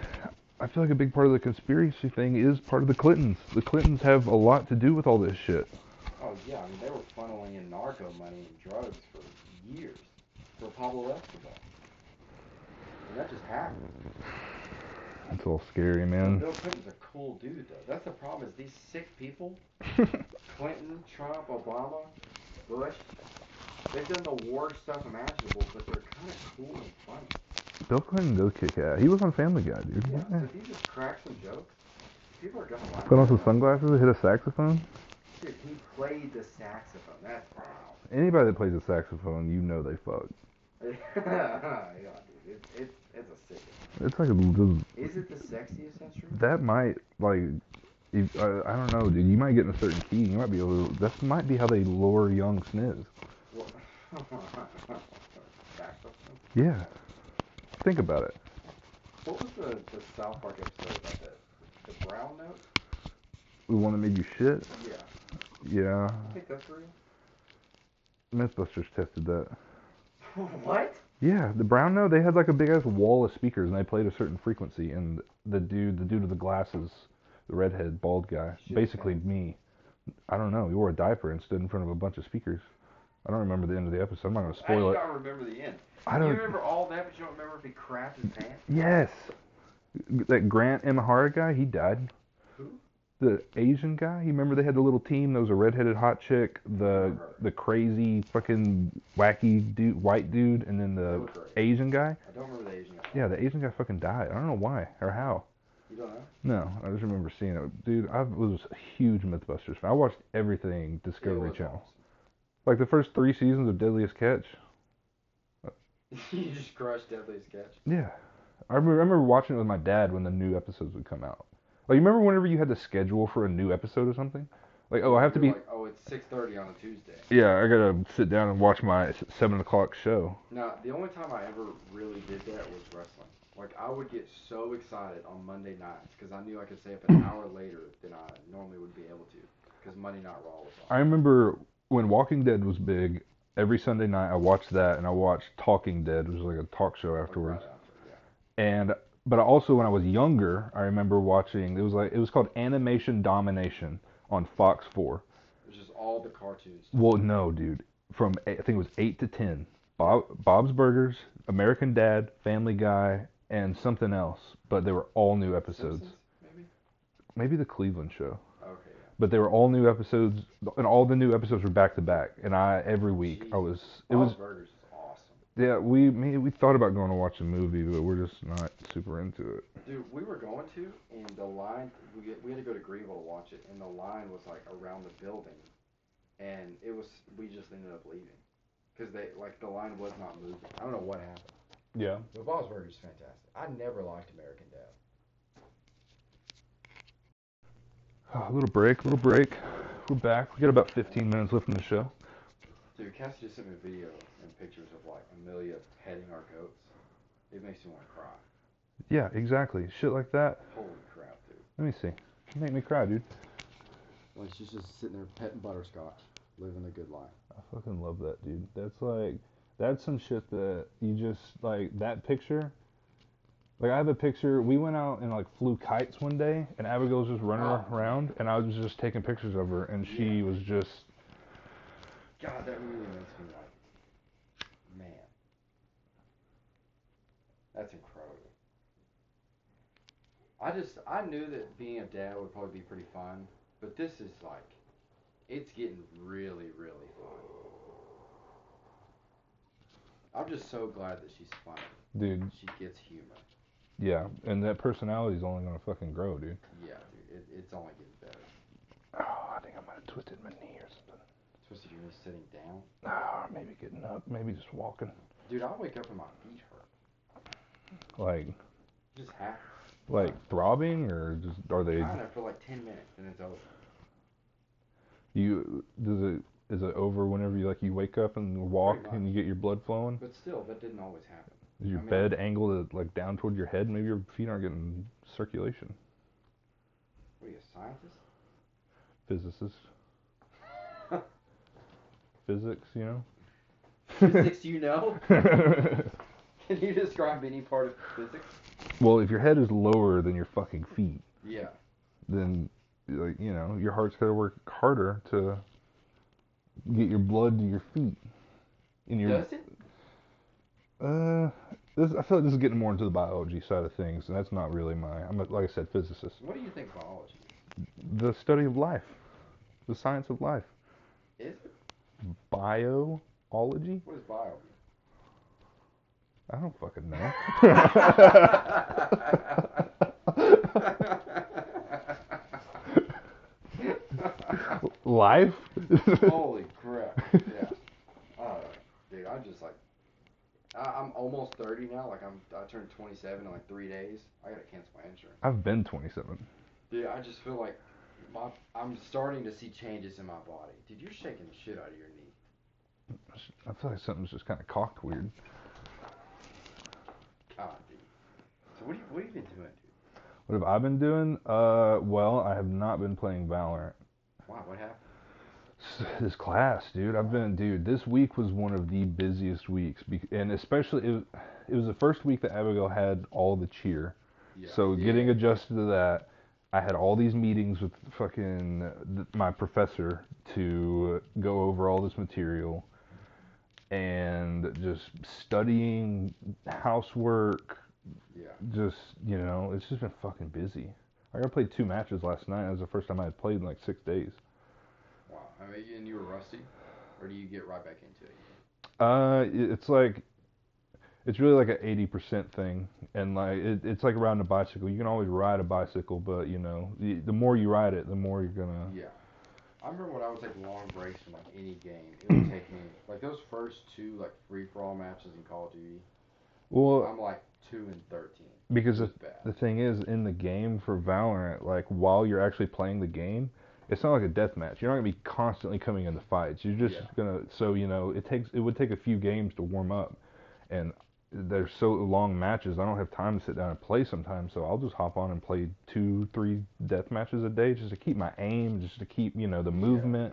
[SPEAKER 1] I feel like a big part of the conspiracy thing is part of the Clintons. The Clintons have a lot to do with all this shit.
[SPEAKER 2] Oh yeah, I mean they were funneling in narco money and drugs for years for Pablo Escobar. And that just happened.
[SPEAKER 1] It's all scary,
[SPEAKER 2] Bill
[SPEAKER 1] man.
[SPEAKER 2] Clinton's a cool dude, though. That's the problem is these sick people, Clinton, Trump, Obama, Bush, they've done the worst stuff imaginable, but they're kind of cool and funny.
[SPEAKER 1] Bill Clinton does kick ass. He was on Family Guy, dude.
[SPEAKER 2] Yeah, so
[SPEAKER 1] Yeah.
[SPEAKER 2] if you just crack some jokes, people are gonna laugh.
[SPEAKER 1] Put on some sunglasses, hit a saxophone.
[SPEAKER 2] Dude, he played the saxophone. That's wow.
[SPEAKER 1] Anybody that plays a saxophone, you know they fuck.
[SPEAKER 2] yeah, dude, it's it's it's a sick.
[SPEAKER 1] It's like a,
[SPEAKER 2] Is it the sexiest instrument?
[SPEAKER 1] that might like if, uh, I, I don't know, dude. You might get in a certain key. You might be able. To, that might be how they lure young sniz.
[SPEAKER 2] Well, saxophone.
[SPEAKER 1] Yeah. Think about it.
[SPEAKER 2] What was the, the South Park episode about that? The brown note?
[SPEAKER 1] We want to make you shit.
[SPEAKER 2] Yeah,
[SPEAKER 1] Yeah.
[SPEAKER 2] I think that's real.
[SPEAKER 1] Mythbusters tested that.
[SPEAKER 2] What?
[SPEAKER 1] Yeah, the brown note. They had like a big ass wall of speakers, and they played a certain frequency. And the dude, the dude with the glasses, the redhead, bald guy,
[SPEAKER 2] Shit,
[SPEAKER 1] basically me. I don't know. He wore a diaper and stood in front of a bunch of speakers, I don't remember the end of the episode. I'm not gonna
[SPEAKER 2] I just
[SPEAKER 1] spoil it.
[SPEAKER 2] gotta remember the end.
[SPEAKER 1] I don't.
[SPEAKER 2] You remember all that, but you don't remember if he crapped his pants?
[SPEAKER 1] Yes. That Grant Imahara guy, he died.
[SPEAKER 2] Who?
[SPEAKER 1] The Asian guy. You remember they had the little team. There was a redheaded hot chick, the
[SPEAKER 2] Remember.
[SPEAKER 1] the crazy fucking wacky dude, white dude, and then the
[SPEAKER 2] Look right.
[SPEAKER 1] Asian guy.
[SPEAKER 2] I don't remember the Asian guy.
[SPEAKER 1] Uh, Yeah, the Asian guy fucking died. I don't know why or how.
[SPEAKER 2] You don't know?
[SPEAKER 1] No, I just remember seeing it. Dude, I was a huge MythBusters fan. I watched everything
[SPEAKER 2] It
[SPEAKER 1] Discovery
[SPEAKER 2] was
[SPEAKER 1] Channel.
[SPEAKER 2] awesome.
[SPEAKER 1] Like the first three seasons of Deadliest Catch.
[SPEAKER 2] you just crushed Deadly Sketch.
[SPEAKER 1] Yeah. I remember, I remember watching it with my dad when the new episodes would come out. Like, you remember whenever you had to schedule for a new episode or something? Like, oh, I have to be.
[SPEAKER 2] You're Like, oh, it's 6:30 on a Tuesday.
[SPEAKER 1] Yeah, I gotta sit down and watch my s- 7 o'clock show.
[SPEAKER 2] No, the only time I ever really did that was wrestling. Like I would get so excited on Monday nights because I knew I could stay up an hour later than I normally would be able to because Monday Night Raw was on.
[SPEAKER 1] I remember when Walking Dead was big, every Sunday night I watched that and I watched Talking Dead, which was like a talk show
[SPEAKER 2] Like, right
[SPEAKER 1] afterwards.
[SPEAKER 2] after, yeah.
[SPEAKER 1] and but I also when I was younger, I remember watching it was like it was called Animation Domination on Fox 4.
[SPEAKER 2] It was just all the cartoons.
[SPEAKER 1] Well, no, dude, from eight- I think it was 8 to 10. Bob, Bob's Burgers, American Dad, Family Guy, and something else, but they were all new episodes.
[SPEAKER 2] Simpsons, maybe.
[SPEAKER 1] Maybe the Cleveland show,
[SPEAKER 2] Okay. Yeah.
[SPEAKER 1] but they were all new episodes and all the new episodes were back to back and I every week I was it was
[SPEAKER 2] Bob's Burgers is awesome,
[SPEAKER 1] yeah, we me, we thought about going to watch a movie, but we're just not super into it.
[SPEAKER 2] dude. We were going to, and the line we get, we had to go to Greenville to watch it, and the line was like around the building, and it was we just ended up leaving because they like the line was not moving. I don't know what happened.
[SPEAKER 1] Yeah.
[SPEAKER 2] The Bob's Burgers is fantastic. I never liked American Dad.
[SPEAKER 1] Ah, A little break, little break. We're back. We got about 15 minutes left in the show.
[SPEAKER 2] Dude, Cassie just sent me a video and pictures of like Amelia petting our goats. It makes me want to cry.
[SPEAKER 1] Yeah, exactly. Shit like that.
[SPEAKER 2] Holy crap, dude.
[SPEAKER 1] Let me see. You make me cry, dude.
[SPEAKER 2] Like she's just sitting there petting butterscotch, living the good life.
[SPEAKER 1] I fucking love that, dude. That's like, that's some shit that you just, like, that picture. Like, I have a picture. We went out and, like, flew kites one day, and Abigail was just running
[SPEAKER 2] Wow.
[SPEAKER 1] around, and I was just taking pictures of her, and she
[SPEAKER 2] Yeah.
[SPEAKER 1] was just,
[SPEAKER 2] God, that really makes me like, man, that's incredible. I just I knew that being a dad would probably be pretty fun, but this is like, it's getting really really fun. I'm just so glad that she's funny.
[SPEAKER 1] dude,
[SPEAKER 2] She gets humor.
[SPEAKER 1] yeah. And that personality's only gonna fucking grow, dude.
[SPEAKER 2] Yeah, dude, it, it's only getting better.
[SPEAKER 1] Oh, I think I might have twisted my knee or something.
[SPEAKER 2] Especially if you're just sitting down.
[SPEAKER 1] Ah, maybe getting up, maybe just walking.
[SPEAKER 2] Dude, I wake up and my feet hurt.
[SPEAKER 1] Like,
[SPEAKER 2] It just happens.
[SPEAKER 1] like throbbing or just are they
[SPEAKER 2] Kind of for like 10 minutes and it's over.
[SPEAKER 1] you does it is it over whenever you like you wake up and walk
[SPEAKER 2] Pretty
[SPEAKER 1] and you get your blood flowing
[SPEAKER 2] But still, that didn't always happen.
[SPEAKER 1] is your
[SPEAKER 2] I mean-
[SPEAKER 1] bed angled uh, like down toward your head maybe your feet aren't getting circulation
[SPEAKER 2] What are you, a scientist?
[SPEAKER 1] physicist physics you know
[SPEAKER 2] Physics, you know? Can you describe any part of physics?
[SPEAKER 1] well if your head is lower than your fucking feet
[SPEAKER 2] Yeah.
[SPEAKER 1] then like you know your heart's got to work harder to get your blood to your feet and your
[SPEAKER 2] Does it?
[SPEAKER 1] Uh, this, I feel like this is getting more into the biology side of things, and that's not really my. I'm a, like I said, physicist.
[SPEAKER 2] What do you think biology
[SPEAKER 1] The study of life, the science of life,
[SPEAKER 2] is? Is it?
[SPEAKER 1] biology.
[SPEAKER 2] What is bio?
[SPEAKER 1] I don't fucking know. life.
[SPEAKER 2] Holy crap. Yeah. Uh, dude, I'm just like, I, I'm almost 30 now. Like, I'm, I turned 27 in like three days. I gotta cancel my insurance.
[SPEAKER 1] I've been 27.
[SPEAKER 2] Dude, I just feel like my I'm starting to see changes in my body. Dude, you're shaking the shit out of your knee.
[SPEAKER 1] I feel like something's just kind of cocked weird.
[SPEAKER 2] God, dude. So what do you what have you been doing, dude?
[SPEAKER 1] What have I been doing? Uh, well, I have not been playing Valorant.
[SPEAKER 2] Wow, what happened?
[SPEAKER 1] This class, dude. I've been, dude. This week was one of the busiest weeks, bec- and especially it, it was the first week that Abigail had all the cheer. So getting adjusted to that, I had all these meetings with fucking th- my professor to go over all this material. and just studying housework.
[SPEAKER 2] Yeah.
[SPEAKER 1] Just you know, it's just been fucking busy. Like I played two matches last night. That was the first time I had played in like six days.
[SPEAKER 2] Wow. I mean, and you were rusty, or do you get right back into it?
[SPEAKER 1] Uh, i- it's like, it's really like an eighty percent thing, and like it, it's like riding a bicycle. You can always ride a bicycle, but you know, y- the more you ride it, the more you're gonna.
[SPEAKER 2] Yeah. I remember when I would take long breaks from like any game, it would take me like those first two like free for all matches in Call of Duty.
[SPEAKER 1] Well,
[SPEAKER 2] I'm like two and thirteen.
[SPEAKER 1] because the
[SPEAKER 2] It's bad.
[SPEAKER 1] the thing is, in the game for Valorant, like while you're actually playing the game, it's not like a death match. You're not gonna be constantly coming into fights. You're just
[SPEAKER 2] Yeah.
[SPEAKER 1] gonna. So you know, it takes it would take a few games to warm up, and they're so long matches. I don't have time to sit down and play sometimes. So I'll just hop on and play two, three death matches a day just to keep my aim, just to keep you know the movement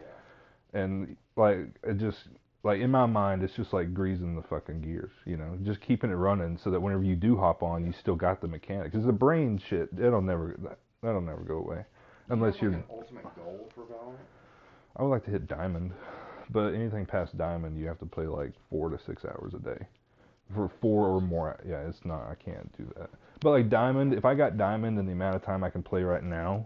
[SPEAKER 2] Yeah,
[SPEAKER 1] and like it just. Like in my mind, it's just like greasing the fucking gears, you know, just keeping it running so that whenever you do hop on, you still got the mechanics. It's the brain shit. It'll never that, that'll never go away,
[SPEAKER 2] yeah.
[SPEAKER 1] unless
[SPEAKER 2] Do you
[SPEAKER 1] you're
[SPEAKER 2] have, like, an ultimate goal for Valorant.
[SPEAKER 1] I would like to hit diamond, but anything past diamond, you have to play like four to six hours a day, for four or more. Yeah, it's not. I can't do that. But like diamond, if I got diamond in the amount of time I can play right now,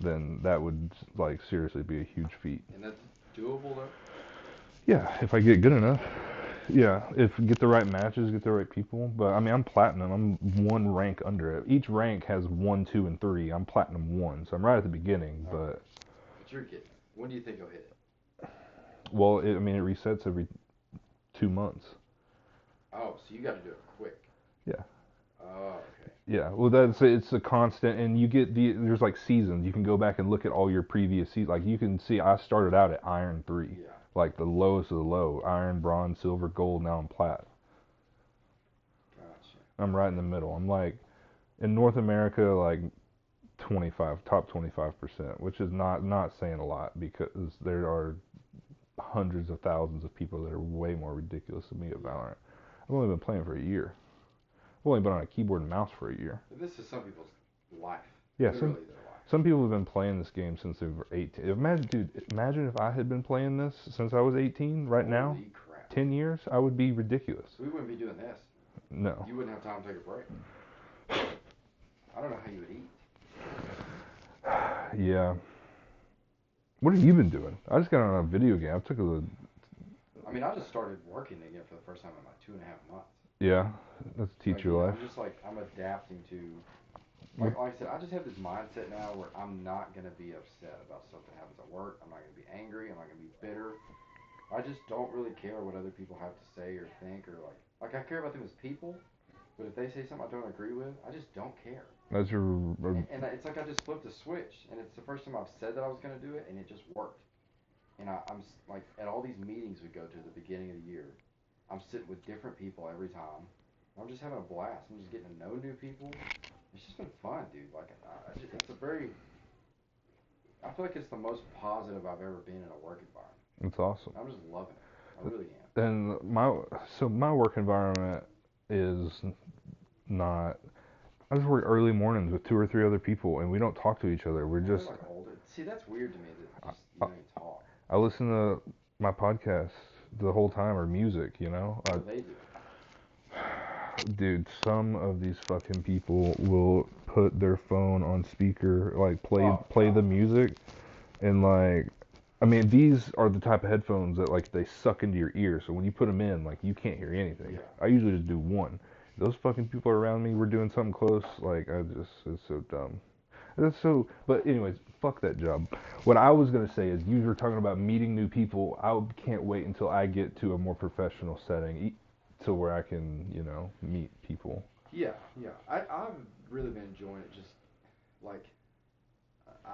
[SPEAKER 1] then that would like seriously be a huge feat.
[SPEAKER 2] And that's doable though.
[SPEAKER 1] Yeah, if I get good enough. Yeah, if get the right matches, get the right people. But I mean, I'm platinum. I'm one rank under it. Each rank has one, two, and three. I'm platinum one, so I'm right at the beginning. But
[SPEAKER 2] But you're getting. it. When do you think you'll hit it?
[SPEAKER 1] well, it, I mean, it resets every two months.
[SPEAKER 2] Oh, so you got to do it quick.
[SPEAKER 1] Yeah.
[SPEAKER 2] Oh, okay.
[SPEAKER 1] Yeah, well, that's it's a constant, and you get the there's like seasons. You can go back and look at all your previous seasons. Like you can see, I started out at Iron Three,
[SPEAKER 2] Yeah.
[SPEAKER 1] like the lowest of the low, Iron, Bronze, Silver, Gold. Now I'm Plat.
[SPEAKER 2] Gotcha.
[SPEAKER 1] I'm right in the middle. I'm like in North America, like 25, top 25 percent, which is not not saying a lot because there are hundreds of thousands of people that are way more ridiculous than me at Valorant. I've only been playing for a year. I've only been on a keyboard and mouse for a year.
[SPEAKER 2] And this is some people's life.
[SPEAKER 1] Yeah, some-
[SPEAKER 2] Literally their life.
[SPEAKER 1] Some people have been playing this game since they were 18. Imagine, dude, imagine if I had been playing this since I was 18 right now.
[SPEAKER 2] Holy crap.
[SPEAKER 1] 10 years, I would be ridiculous.
[SPEAKER 2] We wouldn't be doing this.
[SPEAKER 1] No.
[SPEAKER 2] You wouldn't have time to take a break. I don't know how you would eat.
[SPEAKER 1] Yeah. What have you been doing? I just got on a video game. I took a.
[SPEAKER 2] I mean, I just started working again for the first time in like two and a half months.
[SPEAKER 1] Yeah. That's
[SPEAKER 2] Like,
[SPEAKER 1] teacher
[SPEAKER 2] you know,
[SPEAKER 1] life.
[SPEAKER 2] I'm just like I'm adapting to. Like, like I said, I just have this mindset now where I'm not gonna be upset about stuff that happens at work. I'm not gonna be angry. I'm not gonna be bitter. I just don't really care what other people have to say or think or like. Like I care about them as people, but if they say something I don't agree with, I just don't care.
[SPEAKER 1] That's your.
[SPEAKER 2] And, and it's like I just flipped a switch, and it's the first time I've said that I was gonna do it, and it just worked. And I, I'm s- like at all these meetings we go to at the beginning of the year, I'm sitting with different people every time. I'm just having a blast. I'm just getting to know new people. It's just been fun, dude. Like I, I just, it's a very, I feel like it's the most positive I've ever been in a work environment.
[SPEAKER 1] That's awesome.
[SPEAKER 2] I'm just loving it. I really am.
[SPEAKER 1] And my so my work environment is not. I just work early mornings with two or three other people, and we don't talk to each other. We're
[SPEAKER 2] We're
[SPEAKER 1] just
[SPEAKER 2] like older. See, that's weird to me that just, you don't even talk.
[SPEAKER 1] I listen to my podcast the whole time or music, you know? Uh,
[SPEAKER 2] they do.
[SPEAKER 1] dude, some of these fucking people will put their phone on speaker, like play
[SPEAKER 2] Oh,
[SPEAKER 1] play the music and like I mean, these are the type of headphones that like they suck into your ear, so when you put them in, like you can't hear anything.
[SPEAKER 2] Yeah.
[SPEAKER 1] I usually just do one. Those fucking people around me were doing something close, like I just it's so dumb. That's so. But anyways, fuck that job. What I was gonna say is, you were talking about meeting new people. I can't wait until I get to a more professional setting, e- to where I can, you know, meet people.
[SPEAKER 2] Yeah, yeah. I, I've really been enjoying it. Just like I,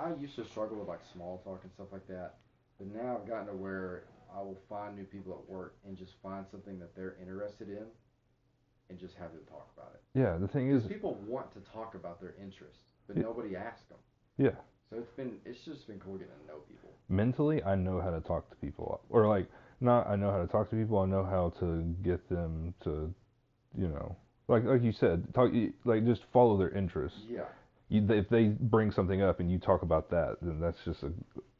[SPEAKER 2] I I used to struggle with like small talk and stuff like that, but now I've gotten to where I will find new people at work and just find something that they're interested in, and just have them talk about it.
[SPEAKER 1] Yeah, the thing is,
[SPEAKER 2] People want to talk about their interests, but
[SPEAKER 1] Yeah.
[SPEAKER 2] nobody asks them.
[SPEAKER 1] Yeah.
[SPEAKER 2] So it's been it's just been cool getting to know people.
[SPEAKER 1] mentally, I know how to talk to people, or like, not I know how to talk to people. I know how to get them to, you know, like like you said, talk like just follow their interests.
[SPEAKER 2] Yeah.
[SPEAKER 1] You, if they bring something up and you talk about that, then that's just a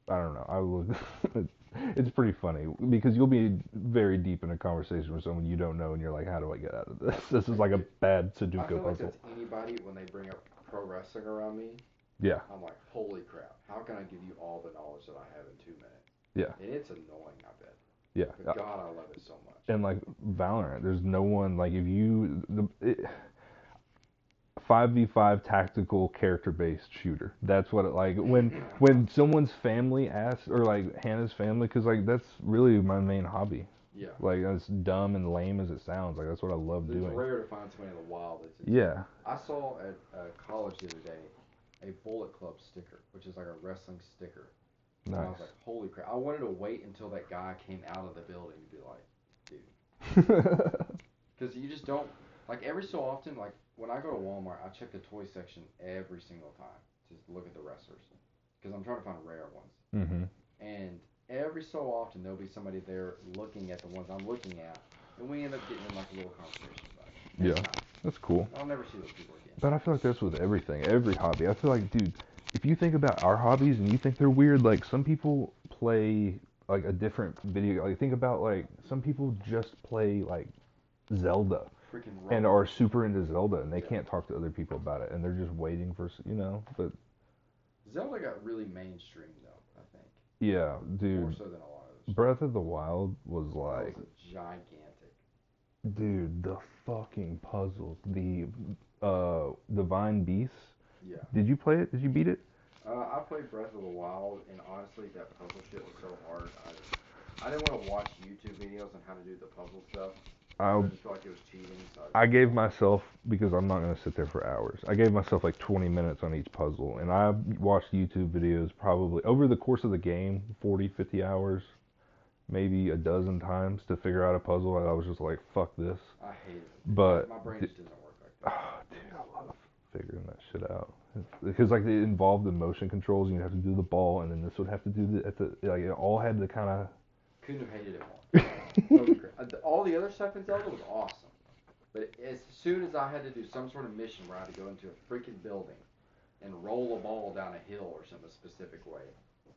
[SPEAKER 1] I don't know. I would. it's- It's pretty funny because you'll be very deep in a conversation with someone you don't know, and you're like, "How do I get out of this? This is like a bad
[SPEAKER 2] I feel
[SPEAKER 1] Sudoku
[SPEAKER 2] like
[SPEAKER 1] puzzle."
[SPEAKER 2] that's anybody when they bring up pro wrestling around me.
[SPEAKER 1] Yeah.
[SPEAKER 2] I'm like, holy crap! How can I give you all the knowledge that I have in two minutes?
[SPEAKER 1] Yeah.
[SPEAKER 2] And it's annoying, I bet.
[SPEAKER 1] Yeah,
[SPEAKER 2] But God, I love it so much.
[SPEAKER 1] and like Valorant, there's no one like if you the it, 5v5 tactical character based shooter. That's what it like when when someone's family asks or like Hannah's family cuz like that's really my main hobby.
[SPEAKER 2] Yeah.
[SPEAKER 1] Like as dumb and lame as it sounds, like that's what I love
[SPEAKER 2] It's
[SPEAKER 1] doing.
[SPEAKER 2] rare to find somebody in the wild that's.
[SPEAKER 1] Yeah.
[SPEAKER 2] I saw at uh, college the other day a Bullet Club sticker, which is like a wrestling sticker. And I was
[SPEAKER 1] Nice.
[SPEAKER 2] like, holy crap! I wanted to wait until that guy came out of the building to be like, because you just don't like every so often. Like when I go to Walmart, I check the toy section every single time to look at the wrestlers because I'm trying to find rare ones.
[SPEAKER 1] mhm.
[SPEAKER 2] And every so often there'll be somebody there looking at the ones I'm looking at, and we end up getting in like a little conversation about it.
[SPEAKER 1] Yeah.
[SPEAKER 2] It's nice.
[SPEAKER 1] That's cool.
[SPEAKER 2] I'll never see those people again.
[SPEAKER 1] But I feel like that's with everything, every hobby. I feel like, dude, if you think about our hobbies and you think they're weird, like some people play like a different video. Like think about like some people just play like Zelda
[SPEAKER 2] Freaking
[SPEAKER 1] and
[SPEAKER 2] rock.
[SPEAKER 1] are super into Zelda and they
[SPEAKER 2] Yeah.
[SPEAKER 1] can't talk to other people about it and they're just waiting for s- you know. But
[SPEAKER 2] Zelda got really mainstream though. I think
[SPEAKER 1] yeah,
[SPEAKER 2] more
[SPEAKER 1] dude,
[SPEAKER 2] so than a lot of those.
[SPEAKER 1] Breath of the Wild was
[SPEAKER 2] That
[SPEAKER 1] like,
[SPEAKER 2] was gigantic.
[SPEAKER 1] dude, the fucking puzzles, the uh, Divine Beasts.
[SPEAKER 2] Yeah.
[SPEAKER 1] Did you play it? Did you beat it?
[SPEAKER 2] Uh, I played Breath of the Wild, and honestly, that puzzle shit was so hard. I, I didn't want to watch YouTube videos on how to do the puzzle stuff.
[SPEAKER 1] I
[SPEAKER 2] I just felt like it was cheating. So I,
[SPEAKER 1] I gave myself because I'm not gonna sit there for hours. I gave myself like 20 minutes on each puzzle, and I watched YouTube videos probably over the course of the game, 40, 50 hours, maybe a dozen times to figure out a puzzle. And I was just like, "Fuck this!"
[SPEAKER 2] I hated it.
[SPEAKER 1] But
[SPEAKER 2] My brain
[SPEAKER 1] d-
[SPEAKER 2] just doesn't work like that.
[SPEAKER 1] ah, dude, I love figuring that shit out because like it involved the motion controls, and you have to do the ball, and then this would have to do the at the like it all had to kind of
[SPEAKER 2] Couldn't have hated it more. Holy crap. Uh, th- All the other stuff in Zelda was awesome. But as soon as I had to do some sort of mission where I had to go into a freaking building and roll a ball down a hill or some specific way,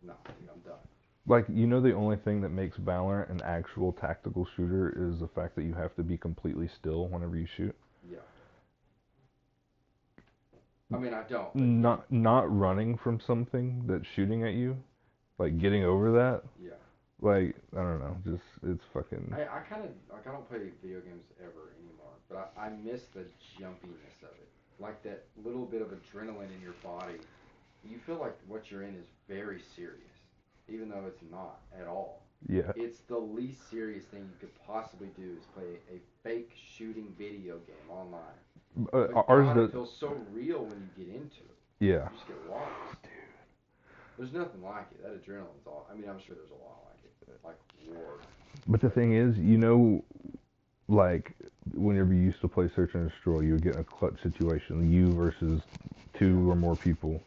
[SPEAKER 2] no, dude, I'm done.
[SPEAKER 1] Like, you know, the only thing that makes Valorant an actual tactical shooter is the fact that you have to be completely still whenever you shoot.
[SPEAKER 2] I mean, I don't. but
[SPEAKER 1] Not not running from something that's shooting at you, like getting over that.
[SPEAKER 2] Yeah.
[SPEAKER 1] Like, I don't know, just it's fucking
[SPEAKER 2] I, I kind of like I don't play video games ever anymore, but I, I miss the jumpiness of it, like that little bit of adrenaline in your body. You feel like what you're in is very serious, even though it's not at all.
[SPEAKER 1] yeah.
[SPEAKER 2] It's the least serious thing you could possibly do is play a fake shooting video game online.
[SPEAKER 1] Uh,
[SPEAKER 2] But
[SPEAKER 1] ours
[SPEAKER 2] God, it
[SPEAKER 1] the
[SPEAKER 2] feels so real when you get into it.
[SPEAKER 1] yeah.
[SPEAKER 2] You just get lost. There's nothing like it. That adrenaline's all. I mean, I'm sure there's a lot like it, like war.
[SPEAKER 1] But the thing is, you know, like whenever you used to play Search and Destroy, you would get in a clutch situation, you versus two or more people.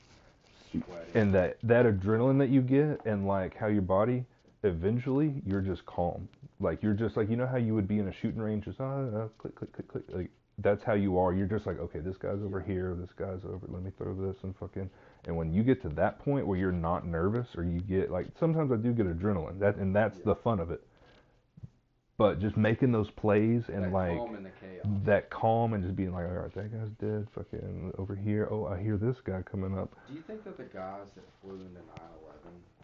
[SPEAKER 2] Sweating.
[SPEAKER 1] and that that adrenaline that you get and like how your body eventually you're just calm like you're just like you know how you would be in a shooting range just ah, ah, click click click click like that's how you are you're just like okay this guy's over here this guy's over let me throw this and fucking and when you get to that point where you're not nervous or you get like sometimes I do get adrenaline that and that's the fun of it but just making those plays and
[SPEAKER 2] that
[SPEAKER 1] like
[SPEAKER 2] calm in the chaos.
[SPEAKER 1] that calm and just being like all right that guy's dead fucking over here oh I hear this guy coming up
[SPEAKER 2] Do you think that the guys that flew into 9/11,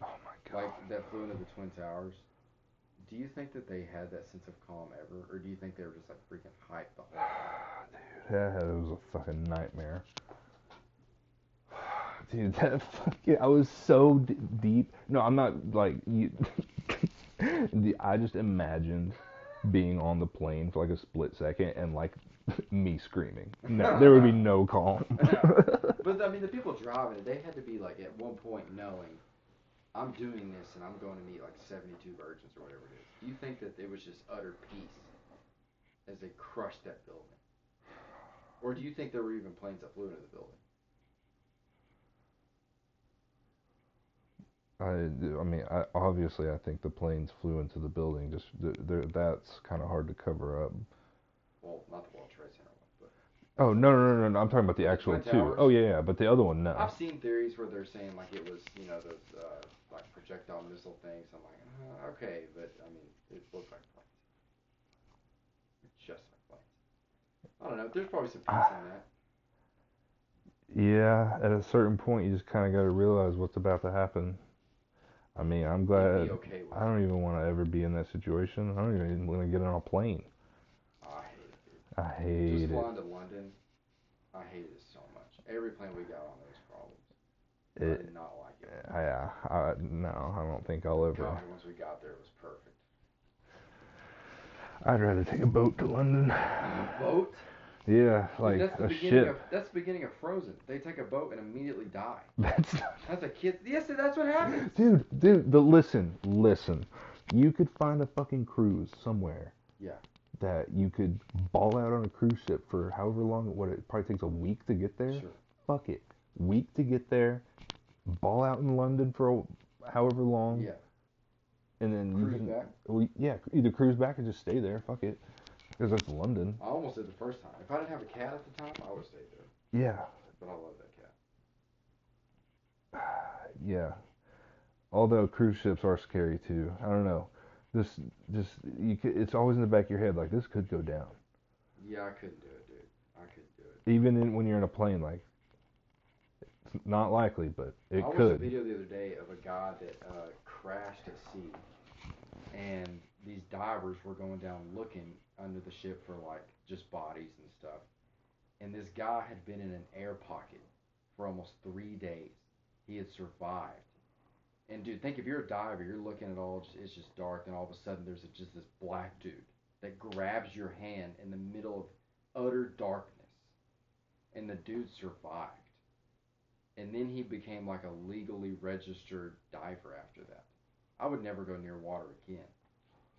[SPEAKER 1] oh my god
[SPEAKER 2] like that flew into the twin towers, do you think that they had that sense of calm ever, or do you think they were just like freaking hyped the whole time?
[SPEAKER 1] That it was a fucking nightmare. Dude, that fucking I was so d- deep. No, I'm not like you. the, I just imagined being on the plane for like a split second and like me screaming. No, there would be no calm.
[SPEAKER 2] But I mean, the people driving it, they had to be like at one point knowing, I'm doing this and I'm going to meet like 72 virgins or whatever it is. Do you think that it was just utter peace as they crushed that building, or do you think there were even planes that flew into the building?
[SPEAKER 1] I, I mean, I, obviously, I think the planes flew into the building. Just th- there- that's kind of hard to cover up.
[SPEAKER 2] Well, not the World Trade Center one, but
[SPEAKER 1] Oh no no no no! no. I'm talking about the actual
[SPEAKER 2] Twin
[SPEAKER 1] two.
[SPEAKER 2] Towers?
[SPEAKER 1] Oh yeah yeah, but the other one no.
[SPEAKER 2] I've seen theories where they're saying like it was, you know, those uh, like projectile missile things. I'm like, uh, okay, but I mean, it looked like planes. It just like planes. I don't know. There's probably some
[SPEAKER 1] Ah,
[SPEAKER 2] piece on that.
[SPEAKER 1] Yeah, at a certain point, you just kind of got to realize what's about to happen. I mean, I'm
[SPEAKER 2] You'd
[SPEAKER 1] glad.
[SPEAKER 2] be okay with.
[SPEAKER 1] I don't even want to ever be in that situation. I don't even want to get on a plane.
[SPEAKER 2] it. I hate it.
[SPEAKER 1] I
[SPEAKER 2] Just
[SPEAKER 1] hate it.
[SPEAKER 2] flying to London, I hate it so much. Every plane we got on there was problems. I
[SPEAKER 1] it
[SPEAKER 2] did not like it.
[SPEAKER 1] yeah, I, no, I don't think I'll ever.
[SPEAKER 2] God, once we got there, it was perfect.
[SPEAKER 1] I'd rather take a boat to London.
[SPEAKER 2] Boat?
[SPEAKER 1] Yeah, like oh,
[SPEAKER 2] that's the
[SPEAKER 1] a
[SPEAKER 2] beginning
[SPEAKER 1] ship.
[SPEAKER 2] Of, that's the beginning of Frozen. They take a boat and immediately die.
[SPEAKER 1] That's not.
[SPEAKER 2] That's a kid. Yes, that's what happens.
[SPEAKER 1] Dude, dude, the listen, listen. You could find a fucking cruise somewhere.
[SPEAKER 2] Yeah.
[SPEAKER 1] That you could ball out on a cruise ship for however long. What it probably takes a week to get there.
[SPEAKER 2] Sure.
[SPEAKER 1] Fuck it, week to get there. Ball out in London for however long,
[SPEAKER 2] Yeah.
[SPEAKER 1] and then you
[SPEAKER 2] Cruise
[SPEAKER 1] can,
[SPEAKER 2] back.
[SPEAKER 1] well, yeah, either cruise back or just stay there. Fuck it, because that's London.
[SPEAKER 2] I almost did the first time. If I didn't have a cat at the time, I would have stayed there.
[SPEAKER 1] Yeah,
[SPEAKER 2] But I love that cat.
[SPEAKER 1] Yeah. Although cruise ships are scary too. I don't know. This just you c it's always in the back of your head like this could go down.
[SPEAKER 2] Yeah, I couldn't do it, dude. I couldn't do it.
[SPEAKER 1] Even in, when you're in a plane like it's not likely, but it
[SPEAKER 2] I watched a
[SPEAKER 1] could.
[SPEAKER 2] video the other day of a guy that uh, crashed at sea, and these divers were going down looking under the ship for like just bodies and stuff. And this guy had been in an air pocket for almost three days. He had survived. And dude, think if you're a diver, you're looking at all just, it's just dark, and all of a sudden there's just this black dude that grabs your hand in the middle of utter darkness, and the dude survived and then he became like a legally registered diver after that. I would never go near water again.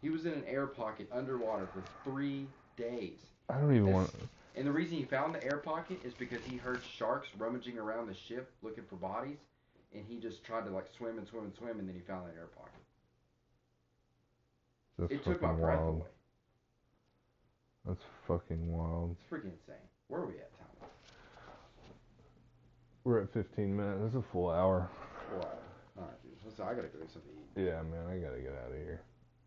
[SPEAKER 2] He was in an air pocket underwater for three days.
[SPEAKER 1] I don't even
[SPEAKER 2] This-
[SPEAKER 1] want
[SPEAKER 2] And the reason he found the air pocket is because he heard sharks rummaging around the ship looking for bodies, and he just tried to like swim and swim and swim, and then he found that air pocket.
[SPEAKER 1] that's
[SPEAKER 2] it took my
[SPEAKER 1] fucking
[SPEAKER 2] breath
[SPEAKER 1] wild.
[SPEAKER 2] away.
[SPEAKER 1] That's fucking wild.
[SPEAKER 2] It's freaking insane. Where are we at, Tom?
[SPEAKER 1] We're at 15 minutes. That's a full hour.
[SPEAKER 2] Wow. All right, dude. Listen, I gotta go do something to eat.
[SPEAKER 1] Yeah, man, I gotta get out of here.